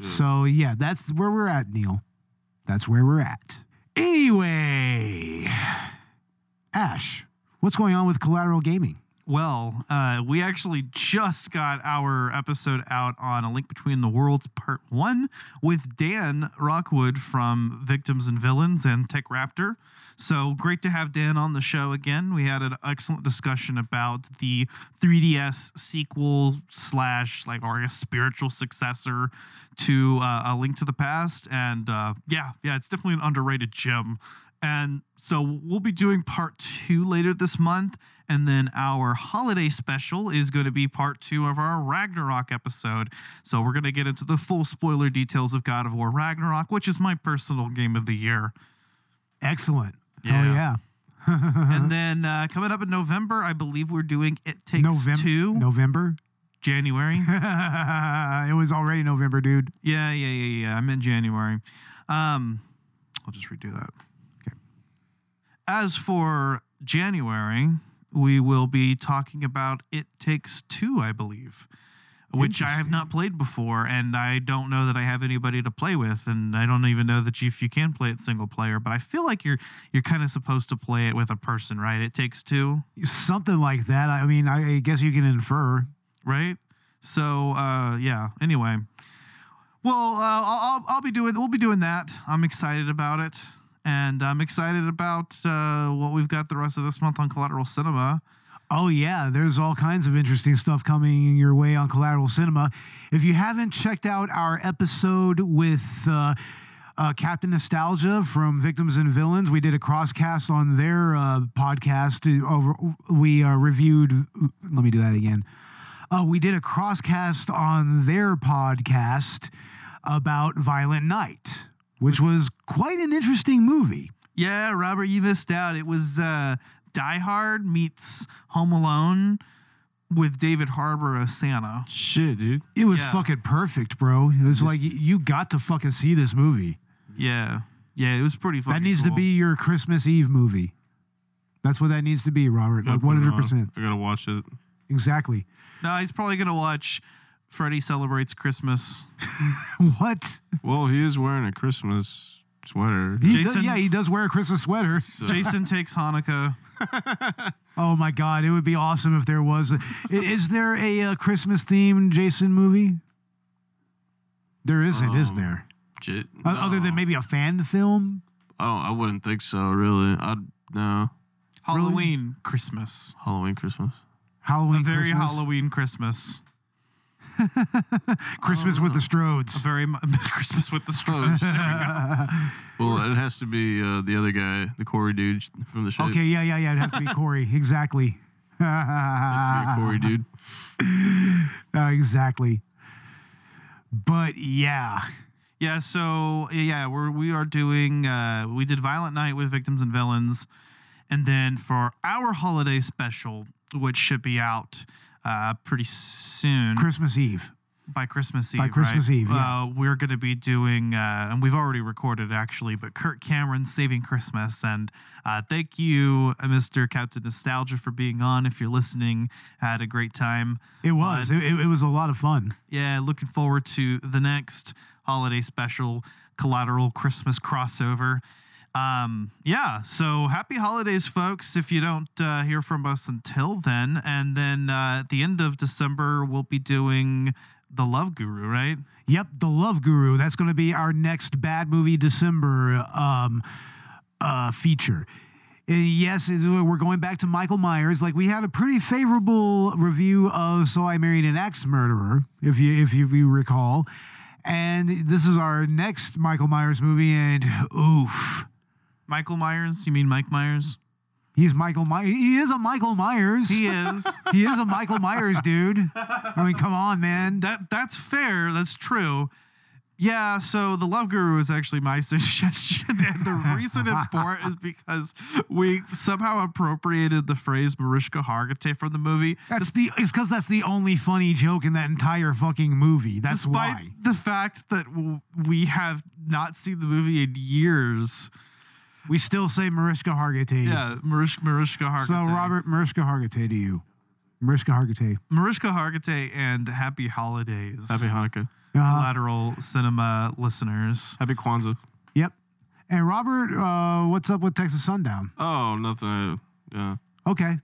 Speaker 3: So yeah, that's where we're at, Neil. That's where we're at. Anyway, Ash, what's going on with Collateral Gaming?
Speaker 5: Well, uh, we actually just got our episode out on A Link Between the Worlds Part 1 with Dan Rockwood from Victims and Villains and Tech Raptor. So great to have Dan on the show again. We had an excellent discussion about the 3DS sequel slash, like, or I guess spiritual successor to uh, A Link to the Past. And uh, yeah, yeah, it's definitely an underrated gem. And so we'll be doing part two later this month. And then our holiday special is going to be part two of our Ragnarok episode. So we're going to get into the full spoiler details of God of War Ragnarok, which is my personal game of the year.
Speaker 3: Excellent.
Speaker 5: Yeah.
Speaker 3: Oh yeah.
Speaker 5: And then uh, coming up in November, I believe we're doing It Takes
Speaker 3: November.
Speaker 5: Two,
Speaker 3: November.
Speaker 5: January.
Speaker 3: it was already November, dude.
Speaker 5: Yeah, yeah, yeah, yeah. I'm in January. Um, I'll just redo that. Okay. As for January, we will be talking about It Takes Two, I believe, which I have not played before, and I don't know that I have anybody to play with, and I don't even know that you, if you can play it single player. But I feel like you're you're kind of supposed to play it with a person, right? It Takes Two.
Speaker 3: Something like that. I mean, I I guess you can infer.
Speaker 5: right? So uh, yeah. Anyway, well, uh, I'll, I'll I'll be doing we'll be doing that. I'm excited about it, and I'm excited about uh, what we've got the rest of this month on Collateral Cinema.
Speaker 3: Oh, yeah, there's all kinds of interesting stuff coming your way on Collateral Cinema. If you haven't checked out our episode with uh, uh, Captain Nostalgia from Victims and Villains, we did a crosscast on their uh, podcast. to- Over, we uh, reviewed, let me do that again. Uh, we did a crosscast on their podcast about Violent Night, which was quite an interesting movie.
Speaker 5: Mm-hmm. Yeah, Robert, you missed out. It was uh, Die Hard meets Home Alone with David Harbour as Santa.
Speaker 4: shit, dude.
Speaker 3: It was
Speaker 5: Yeah.
Speaker 3: fucking perfect, bro. It was like, y- you got to fucking see this movie.
Speaker 5: Yeah, yeah, it was pretty fun.
Speaker 3: That needs to be your Christmas Eve movie. That's what that needs to be, Robert.
Speaker 4: Gotta
Speaker 3: Like
Speaker 4: put it
Speaker 3: one
Speaker 4: on.
Speaker 3: hundred percent,
Speaker 4: I gotta watch it.
Speaker 3: exactly.
Speaker 5: No, he's probably gonna watch Freddy celebrates Christmas.
Speaker 3: What?
Speaker 4: Well, he is wearing a Christmas sweater.
Speaker 3: He
Speaker 5: Jason-
Speaker 3: does, yeah, he does wear a Christmas sweater.
Speaker 4: So,
Speaker 5: Jason takes Hanukkah.
Speaker 3: Oh my God, it would be awesome if there was. A, I- is there a, uh Christmas themed Jason movie? There isn't, is
Speaker 4: Um,
Speaker 3: there?
Speaker 4: J-
Speaker 3: O- Uh, Other than
Speaker 4: no.
Speaker 3: maybe a fan film.
Speaker 4: I don't. I wouldn't think so. Really. I'd no.
Speaker 5: Halloween, Christmas.
Speaker 4: Halloween, Christmas.
Speaker 3: Halloween,
Speaker 5: a very
Speaker 3: Christmas,
Speaker 5: Halloween Christmas. Uh,
Speaker 3: Christmas with the Strodes.
Speaker 5: A very mu- Christmas with the
Speaker 4: Oh,
Speaker 5: Strohs.
Speaker 4: shit. well, it has to be uh, the other guy, the Corey dude from the show.
Speaker 3: Okay, yeah, yeah, yeah. It'd have to be Corey, exactly.
Speaker 4: Corey dude.
Speaker 3: Uh, exactly. But yeah,
Speaker 5: yeah. So yeah, we're we are doing. Uh, we did Violent Night with Victims and Villains, and then for our holiday special, which should be out
Speaker 3: uh, pretty soon
Speaker 5: Christmas Eve.
Speaker 3: by Christmas Eve.
Speaker 5: By Christmas
Speaker 3: right?
Speaker 5: Eve, yeah.
Speaker 3: Uh, we're going to be doing, uh, and we've already recorded actually, but Kurt Cameron's Saving Christmas. And uh, thank you, uh, Mr. Captain Nostalgia, for being on. If you're listening, had a great time.
Speaker 5: It was. It, it, it was a lot of fun.
Speaker 3: Yeah, looking forward to the next holiday special collateral Christmas crossover. Um, yeah, so happy holidays, folks. If you don't uh, hear from us until then, and then uh, at the end of December, we'll be doing The Love Guru, right?
Speaker 5: Yep, The Love Guru. That's going to be our next Bad Movie December um, uh, feature. Uh, Yes, is- we're going back to Michael Myers. Like we had a pretty favorable review of "So I Married an Axe Murderer," if you if you, you recall. And this is our next Michael Myers movie, and oof,
Speaker 3: Michael Myers? You mean Mike Myers?
Speaker 5: he's Michael Myers. He is a Michael Myers.
Speaker 3: He is.
Speaker 5: He is a Michael Myers, dude. I mean, come on, man.
Speaker 3: that that's fair. That's true. Yeah, so the Love Guru is actually my suggestion, and the reason for it is because we somehow appropriated the phrase Mariska Hargitay from the movie,
Speaker 5: That's the it's because that's the only funny joke in that entire fucking movie. That's
Speaker 3: despite
Speaker 5: why.
Speaker 3: the fact that w- we have not seen the movie in years.
Speaker 5: We still say Mariska Hargitay.
Speaker 3: Yeah, Marish- Mariska Hargitay.
Speaker 5: So Robert, Mariska Hargitay to you. Mariska Hargitay.
Speaker 3: Mariska Hargitay, and Happy Holidays,
Speaker 4: Happy Hanukkah.
Speaker 5: Uh,
Speaker 3: collateral cinema listeners.
Speaker 4: Happy Kwanzaa.
Speaker 5: yep. And Robert, uh, what's up with Texas Sundown?
Speaker 4: Oh, nothing. Yeah,
Speaker 5: Okay,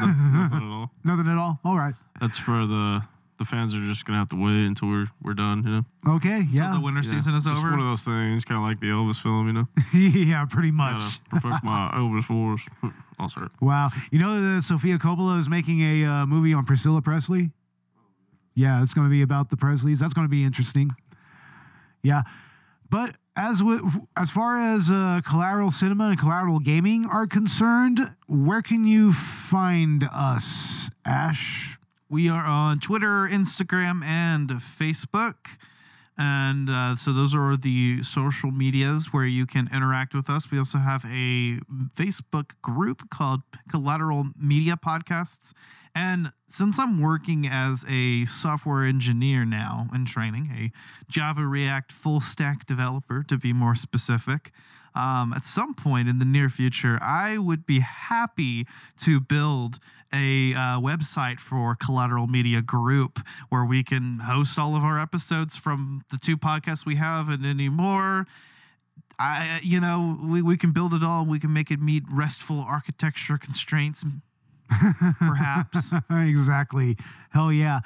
Speaker 4: no- nothing at all.
Speaker 5: nothing at all. All right.
Speaker 4: That's for the the fans are just gonna have to wait until we're we're done. You know,
Speaker 5: Okay.
Speaker 3: Till the
Speaker 5: Yeah.
Speaker 3: winter
Speaker 4: Yeah.
Speaker 3: season is
Speaker 4: just
Speaker 3: over.
Speaker 4: One of those things, kind of like the Elvis film. You know,
Speaker 5: yeah. Pretty
Speaker 4: gotta
Speaker 5: much.
Speaker 4: perfect my Elvis force. I'll start.
Speaker 5: Wow. You know that Sophia Coppola is making a uh, movie on Priscilla Presley? Yeah, it's going to be about the Presleys. That's going to be interesting. Yeah. But as with, as far as uh, collateral cinema and collateral gaming are concerned, where can you find us, Ash?
Speaker 3: We are on Twitter, Instagram, and Facebook. And uh, so those are the social medias where you can interact with us. We also have a Facebook group called Collateral Media Podcasts. And since I'm working as a software engineer now in training, a Java React full stack developer to be more specific, um, at some point in the near future, I would be happy to build a uh, website for Collateral Media Group where we can host all of our episodes from the two podcasts we have and any more. I, you know, we, we can build it all. We can make it meet restful architecture constraints, m- perhaps.
Speaker 5: exactly. Hell yeah.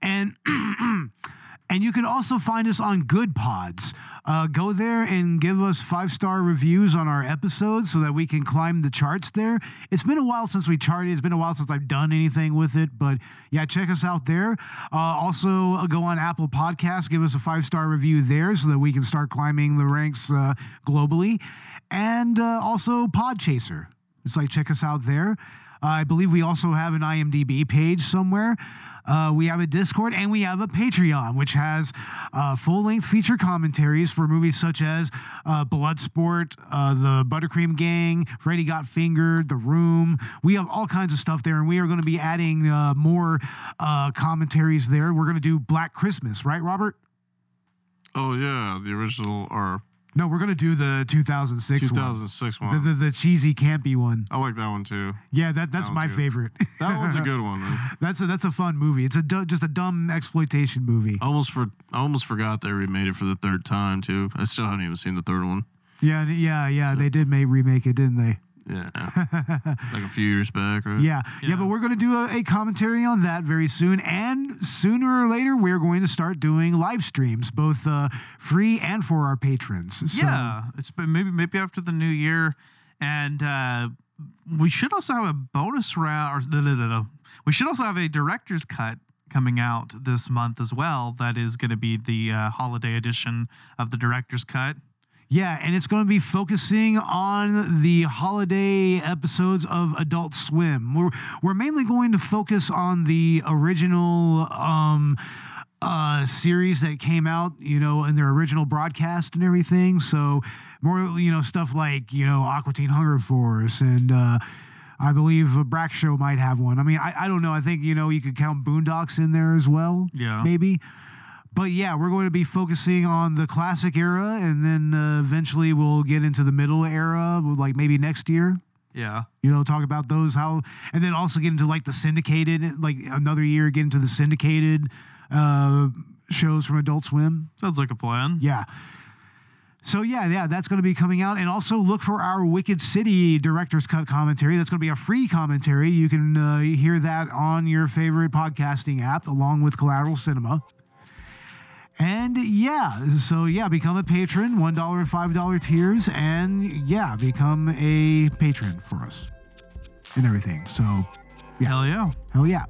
Speaker 5: And and you can also find us on Good Pods. Uh, go there and give us five star reviews on our episodes so that we can climb the charts there. It's been a while since we charted. It's been a while since I've done anything with it, but yeah, check us out there. Uh, also, uh, go on Apple Podcasts, give us a five star review there so that we can start climbing the ranks uh, globally. And uh, also, Podchaser. It's like check us out there. I believe we also have an IMDb page somewhere. Uh, we have a Discord and we have a Patreon, which has uh, full length feature commentaries for movies such as uh, Bloodsport, uh, The Buttercream Gang, Freddy Got Fingered, The Room. We have all kinds of stuff there, and we are going to be adding uh, more uh, commentaries there. We're going to do Black Christmas, right, Robert?
Speaker 4: Oh yeah, the original or
Speaker 5: No, we're going to do the 2006
Speaker 4: 2006 one.
Speaker 5: one, the, the, the cheesy, campy one.
Speaker 4: I like that one too.
Speaker 5: Yeah, that, that's
Speaker 4: That
Speaker 5: my
Speaker 4: one's good.
Speaker 5: favorite.
Speaker 4: That one's a good one. Man.
Speaker 5: That's a that's a fun movie. It's a du- just a dumb exploitation movie.
Speaker 4: I almost for I almost forgot they remade it for the third time too. I still haven't even seen the third one.
Speaker 5: Yeah, and- yeah, yeah. They did make remake it, didn't they?
Speaker 4: Yeah, like a few years back, right?
Speaker 5: Yeah, yeah. But we're gonna do a, a commentary on that very soon, and sooner or later we're going to start doing live streams, both uh, free and for our patrons. So,
Speaker 3: Yeah, it's been maybe maybe after the new year, and uh, we should also have a bonus round. Or no, no, no, no. We should also have a director's cut coming out this month as well. That is going to be the uh, holiday edition of the director's cut.
Speaker 5: yeah, and it's going to be focusing on the holiday episodes of Adult Swim. We're we're mainly going to focus on the original. Um, uh, series that came out, you know, in their original broadcast and everything. So more, you know, stuff like you know Aqua Teen Hunger Force and uh, I believe uh, Brackshaw might have one. I mean, I, I don't know. I think, you know, you could count Boondocks in there as well.
Speaker 3: Yeah.
Speaker 5: Maybe. But yeah, we're going to be focusing on the classic era, and then uh, eventually we'll get into the middle era, like maybe next year.
Speaker 3: Yeah.
Speaker 5: You know, talk about those how, and then also get into like the syndicated, like another year, get into the syndicated uh, shows from Adult Swim.
Speaker 3: Sounds like a plan.
Speaker 5: Yeah. So yeah, yeah, that's going to be coming out, and also look for our Wicked City director's cut commentary. That's going to be a free commentary. You can uh, hear that on your favorite podcasting app, along with Collateral Cinema. And yeah, so yeah, become a patron, one dollar and five dollar tiers, and yeah, become a patron for us and everything. So
Speaker 3: Hell yeah.
Speaker 5: hell yeah.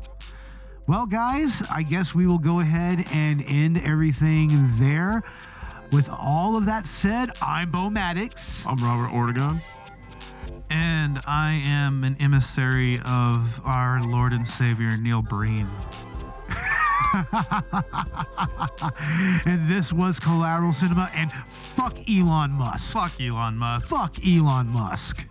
Speaker 5: Well, guys, I guess we will go ahead and end everything there. With all of that said, I'm Bo Maddox.
Speaker 4: I'm Robert Ortegon.
Speaker 3: And I am an emissary of our Lord and Savior, Neil Breen.
Speaker 5: And this was Collateral Cinema. And fuck Elon Musk.
Speaker 3: Fuck Elon Musk.
Speaker 5: Fuck Elon Musk.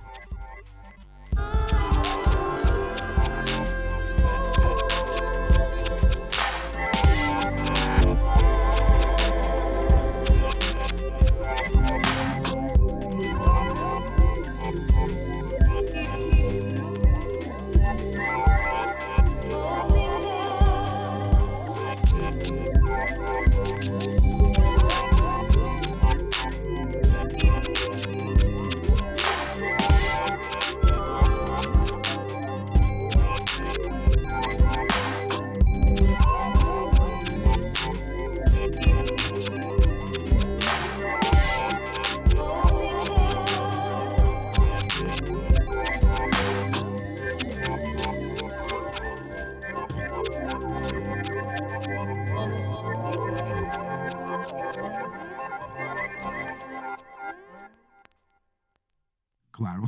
Speaker 5: Collateral